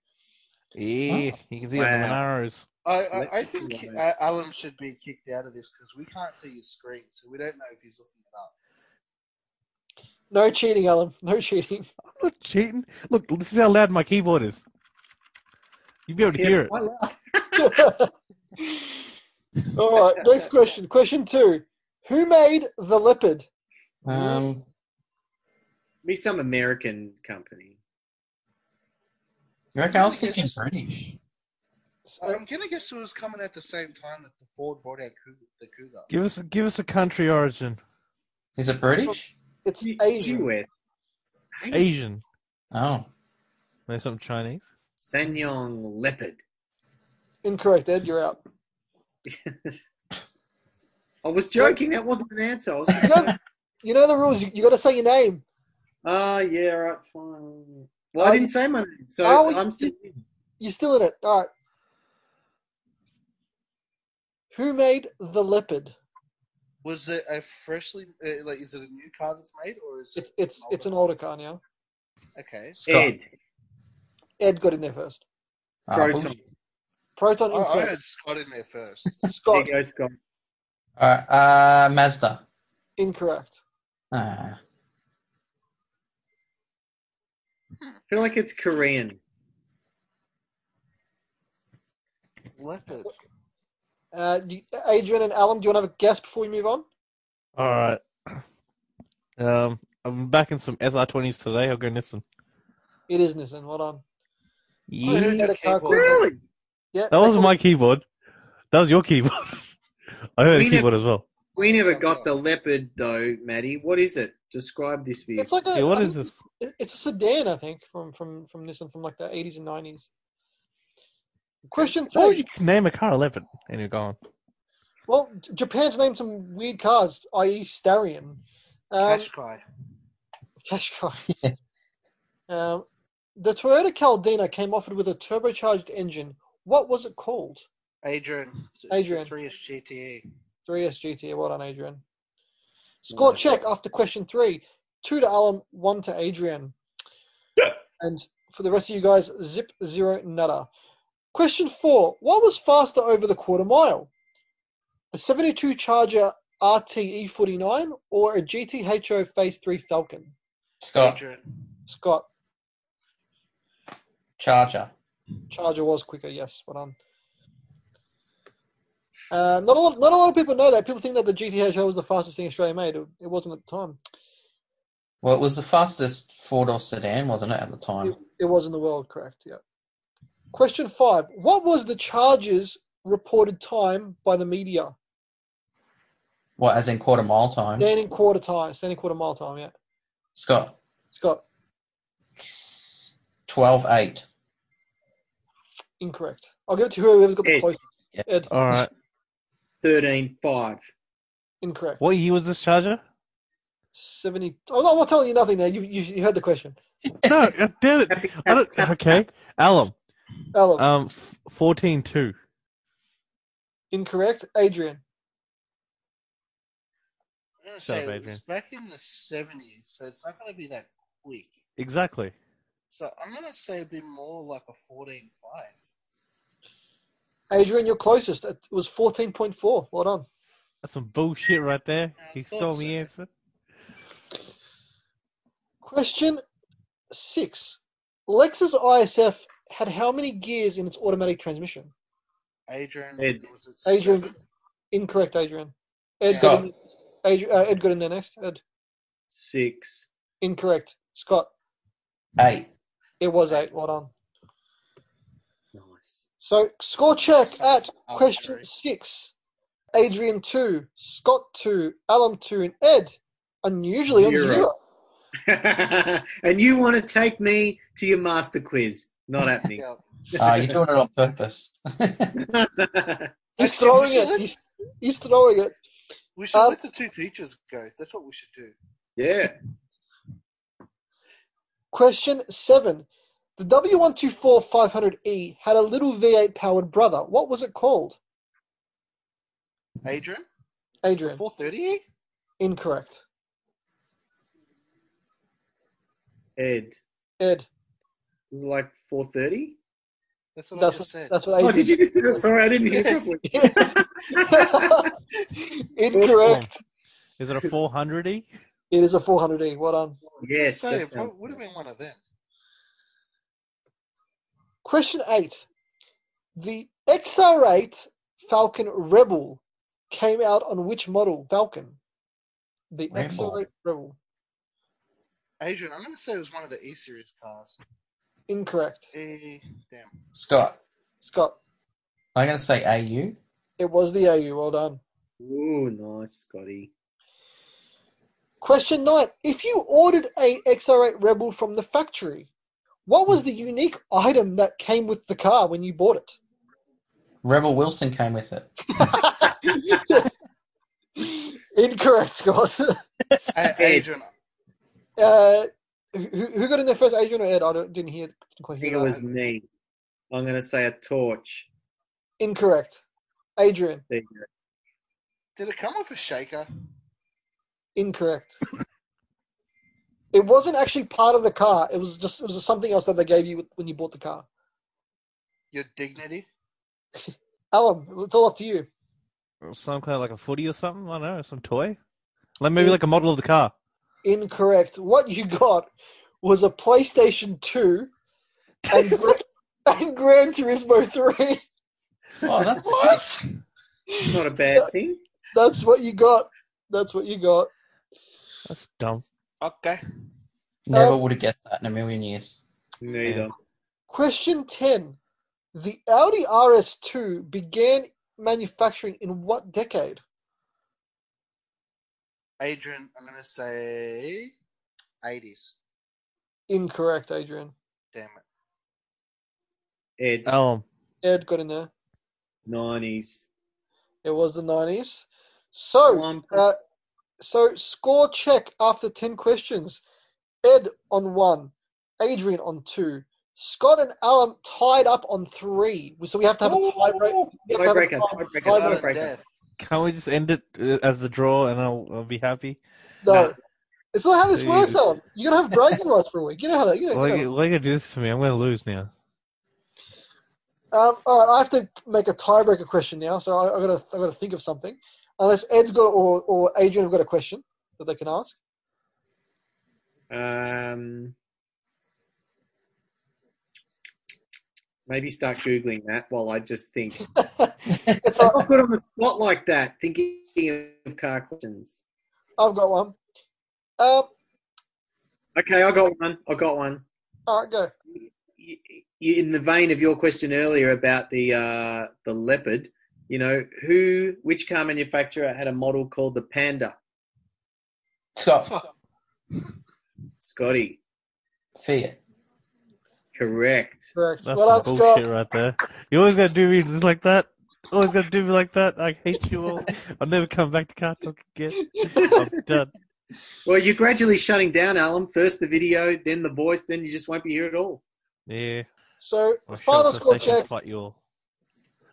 you can see it on the
Wow.
Monaros.
I, I, I
Let's
think
see what
uh, Alan should be kicked out of this because we can't see his screen, so we don't know if he's looking it up.
No cheating, Alan. No cheating.
I'm not cheating. Look, this is how loud my keyboard is. You'd be able to
Yeah,
hear
it's
it.
quite loud.
All right, next question. Question two. Who made the leopard?
Um,
Be some American company.
you reckon I was thinking British?
I'm gonna guess it was coming at the same time that the Ford brought out Cougar, the Cougar.
Give us give us a country origin.
Is it British?
It's
Gee-
Asian.
Gee, Asian.
Asian.
Oh,
Maybe something Chinese.
Sanyong leopard.
Incorrect, Ed. You're out.
I was joking. That wasn't an answer. I was just
You know, you know the rules. You, you got to say your name.
Oh, yeah, right, fine. Well,
Oh,
I didn't say my name, so
oh,
I'm still.
You're still in it. All right. Who made the leopard?
Was it a freshly uh, like? Is it a new car that's made, or is
It's
it?
it's it's an older car now.
Okay, so
Scott.
Ed.
Ed got in there first.
Ah,
Proton.
bullshit.
Proton
Oh, I, I
incorrect.
had Scott in there first.
There
Scott
you go, Scott.
All right, uh, Mazda.
incorrect.
Ah,
I feel like it's Korean.
Um,
Leopard.
Uh, do you- Adrian and Alan, do you want to have a guess before we move on?
All right. Um, I'm backing some SR20s today. I'll go Nissan.
It is Nissan. Well done.
I heard
Yeah,
your
the car
keyboard.
Really? Yeah,
That
they
wasn't
call
my
it-
keyboard. That was your keyboard. I heard
We
a
never-
keyboard as well.
We never got the leopard, though, Maddie. What is it? Describe this
It's
vehicle.
like a.
Yeah, what
I
is
think
this?
it- It's a sedan, I think, from from from Nissan from like the eighties and nineties. Question
Why would you
three.
name a car 11? Anyway, go on.
Well, J- Japan's named some weird cars, i.e., Starion. Um,
Cash guy.
Qashqai. um, the Toyota Caldina came offered with a turbocharged engine. What was it called?
Adrian.
Adrian.
Three is E. GTE.
3S GT. Well done, Adrian. Score
Nice.
check after question three. Two to Alan, one to Adrian. And for the rest of you guys, zip zero nutter. Question four. What was faster over the quarter mile? The 72 Charger RTE 49 or a GTHO Phase 3 Falcon?
Scott.
Adrian.
Scott,
Charger.
Charger was quicker, yes. Well done. Uh, not, a lot, not a lot of people know that. People think that the GTHO was the fastest thing Australia made. It, it wasn't at the time.
Well, it was the fastest four door sedan, wasn't it, at the time?
It, it was in the world, correct? Yeah. Question five: What was the Chargers' reported time by the media?
Well, as in quarter mile time.
Standing quarter time, standing quarter mile time. Yeah.
Scott,
Scott,
12 8.
incorrect. I'll give it to whoever's got the
Ed.
closest.
Yes.
Ed,
All right.
13.5.
incorrect.
What year was this charger?
seventy. Oh, no, I'm not telling you nothing now. You you, you heard the question.
No, uh, damn it.
Happy-
I don't, okay, Alum.
Alan,
Uh.
Um, f- fourteen two.
incorrect. Adrian,
I'm gonna
Shut
say
up,
it was
Adrian.
back in the seventies, so it's not gonna be that quick.
Exactly.
So I'm gonna say it'd be more like a fourteen five.
Adrian, you're closest. It was fourteen point four. Well done.
That's some bullshit right there.
I
He
thought
stole
so.
me answer.
Question six: Lexus ISF had how many gears in its automatic transmission?
Adrian
Ed.
was it
Adrian.
seven?
Incorrect, Adrian. Ed
Scott.
got in, Adri- uh, Ed got in there next. Ed,
Six.
incorrect. Scott,
Eight.
it was eight. Well done.
Nice.
So score check at
Oh,
question
sorry.
six. Adrian two, Scott two, Alum two, and Ed unusually on
Zero.
zero.
and you want to take me to your master quiz? Not happening.
Yeah.
Ah, you're doing it on purpose.
He's
Actually,
throwing
this
it. He's, he's throwing it.
We should
Um,
let the two teachers go. That's what we should do.
yeah.
Question seven. The W124 500E E had a little V8 powered brother. What was it called?
Adrian?
Adrian,
Four thirty?
incorrect.
Ed. It
Ed,
was like four thirty.
That's what
that's
I just
what,
said.
that's what
Oh,
Adrian
did you just? Sorry, I didn't hear
Yes.
properly.
Incorrect.
Is it a four hundred E?
It is a 400E. Well done.
Yes.
so
that
it
sounds-
probably would have been one of them.
Question eight. The XR8 Falcon Rebel came out on which model? Falcon. The
Rebel.
XR8 Rebel.
Adrian, I'm gonna say it was one of the E series cars.
Incorrect.
E damn.
Scott,
Scott,
I'm going to say AU.
it was the AU. Well done.
Ooh, nice, Scotty.
Question nine. If you ordered a XR8 Rebel from the factory, what was the unique item that came with the car when you bought
Rebel Wilson came with it.
it? Incorrect, Scott.
A- Adrian,
Uh, who, who got in there first, Adrian or Ed? I don't, didn't hear. Didn't quite
I
hear
think it
that.
was me. I'm going to say a torch.
Incorrect. Adrian,
There you go.
did it come off a shaker?
incorrect. it wasn't actually part of the car. It was just it was something else that they gave you when you bought the car.
Your dignity?
Alan, it's all up to you.
Or Some kind of like a footy or something. I don't know, some toy. Like maybe
Yeah.
like a model of the car.
Incorrect. What you got was a PlayStation Two and Gra- and Gran Turismo Three.
Oh, that's
It's not a bad thing.
That's what you got. That's what you got.
That's dumb.
Okay.
Never would have guessed that in a million years.
Neither.
Question 10. The Audi RS2 began manufacturing in what decade?
Adrian, I'm gonna say eighties.
Incorrect, Adrian.
Damn it.
Ed,
Um,
Ed got in there.
90s.
It was the 90s. So,
One point.
uh, so score check after 10 questions. Ed on 1, Adrian on 2, Scott and Alan tied up on 3. So we have to have a tiebreak. We have to have a
Tiebreaker,
tie-
tiebreaker,
Son
tiebreaker.
tiebreak.
of death.
can't we just end it uh, as the draw and I'll, I'll be happy?
No. It's not how this
Dude.
works, Alan. You're going to have bragging rights for a week. You know how that. You know,
Why
you know.
you why you gonna do this to me? I'm gonna lose now.
Um, all right, I have to make a tiebreaker question now, so I, I gotta I gotta think of something. Unless Ed's got or, or Adrian have got a question that they can ask.
Um, maybe start Googling that while I just think.
it's
I'm
all
not good on the spot like that, thinking of car questions.
right, I've got one. Um,
Okay, I got one. I got one.
all right, go.
Y- y- In the vein of your question earlier about the uh, the leopard, you know who, which car manufacturer had a model called the Panda?
Scott,
Scotty,
Fiat.
correct.
Correct.
That's
well
some
done, Scott.
bullshit right there. You always gotta do me just like that. Always gotta do me like that. I hate you all. I'll never come back to car talk again. I'm done.
Well, you're gradually shutting down, Alan. First the video, then the voice, then you just won't be here at all.
Yeah.
So,
I'll shut
final
up so
score
they can
check.
Fight you all.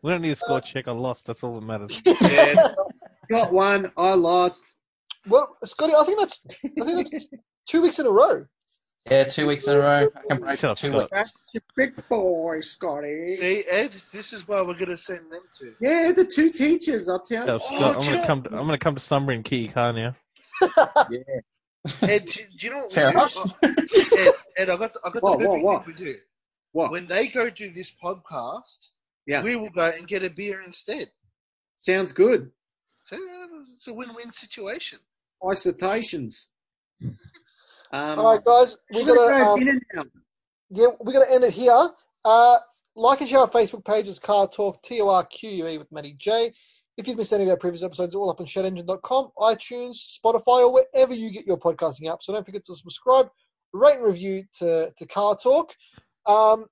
We don't need a score check. I lost. That's all that matters.
Yeah. Got one. I lost.
Well, Scotty, I think that's I think that's two weeks in a row.
Yeah, two weeks in a row. I can break
Shut up,
two
Scott.
weeks.
That's your big boy, Scotty.
See, Ed, this is where we're going to send them to.
Yeah, the two teachers. I'll tell
Yeah,
you.
Scott, I'm
Jack.
gonna come. To, I'm gonna come to Summer and Kitty Car now.
Ed, do, do you know what
Fair
we
enough.
do? Ed, Ed, I got the, I got
What,
the
what,
perfect
what?
thing we do.
What?
When they go do this podcast,
Yeah.
we will go and get a beer instead.
Sounds good.
So, It's a win-win situation.
Isolations. Um,
All right, guys, we
we
got
gotta uh,
to
go
um,
dinner now.
yeah, we got to end it here. Uh, like and share our Facebook pages, Car Talk T O R Q U E with Matty J. If you've missed any of our previous episodes, all up on ShedEngine.com, iTunes, Spotify, or wherever you get your podcasting app. So don't forget to subscribe, rate and review to to Car Talk. Um,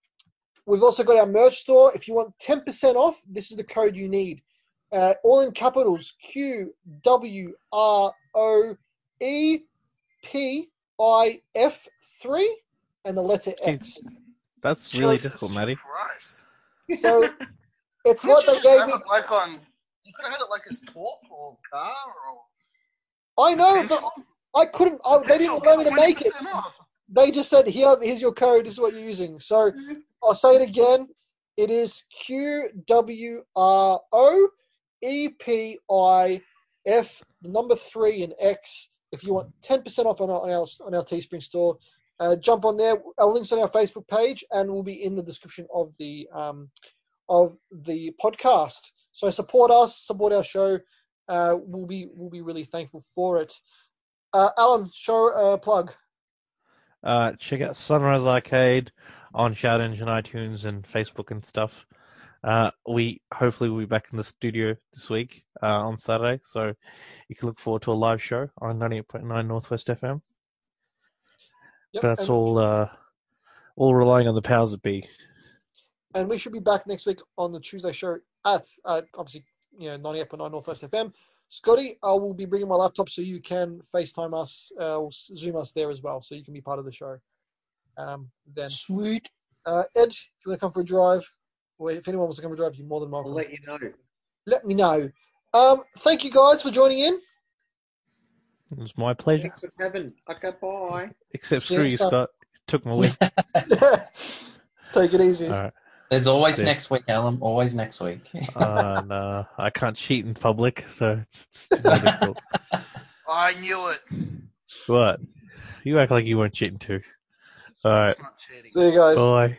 we've also got our merch store. If you want ten percent off, this is the code you need. Uh, all in capitals Q W R O E P I F three and the letter X.
That's really
Jesus
difficult, Matty.
Christ.
So it's
Why
what
don't
they
you just
gave
have
me.
it like on, you could have had it like as talk or car or...
I know, but I couldn't. I, they didn't allow me to make it. They just said, "Here, here's your code. This is what you're using." So I'll say it again. It is Q W R O E P I F number three and X. If you want ten percent off on our on our, on our Teespring store, uh, jump on there. Our links on our Facebook page, and will be in the description of the um, of the podcast. So support us, support our show. Uh, we'll be we'll be really thankful for it. Uh, Alan, show uh, plug.
Uh, check out Sunrise Arcade on Shout Engine, iTunes, and Facebook and stuff. Uh, we hopefully will be back in the studio this week uh, on Saturday, so you can look forward to a live show on 98.9 Northwest FM.
Yep,
but that's
and-
all. Uh, all relying on the powers that be.
and we should be back next week on the Tuesday show at uh, obviously you know 98.9 Northwest FM. Scotty, I will be bringing my laptop so you can FaceTime us uh, or s- Zoom us there as well, so you can be part of the show. Um, then
Sweet.
uh, Ed, if you want to come for a drive, or if anyone wants to come for a drive, you're more than welcome.
I'll let you know.
Let me know. Um, thank you guys for joining in.
It was my pleasure.
Thanks for having. Okay, bye.
Except screw
Yeah,
you,
so-
Scott. It took my week.
Take it easy.
All right.
There's always
Yeah.
next week, Alan. Always next week.
Uh, no, I can't cheat in public, so it's, it's more difficult.
I knew it.
What? You act like you weren't cheating too. All right.
It's not cheating.
See you guys.
Bye.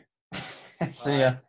See ya.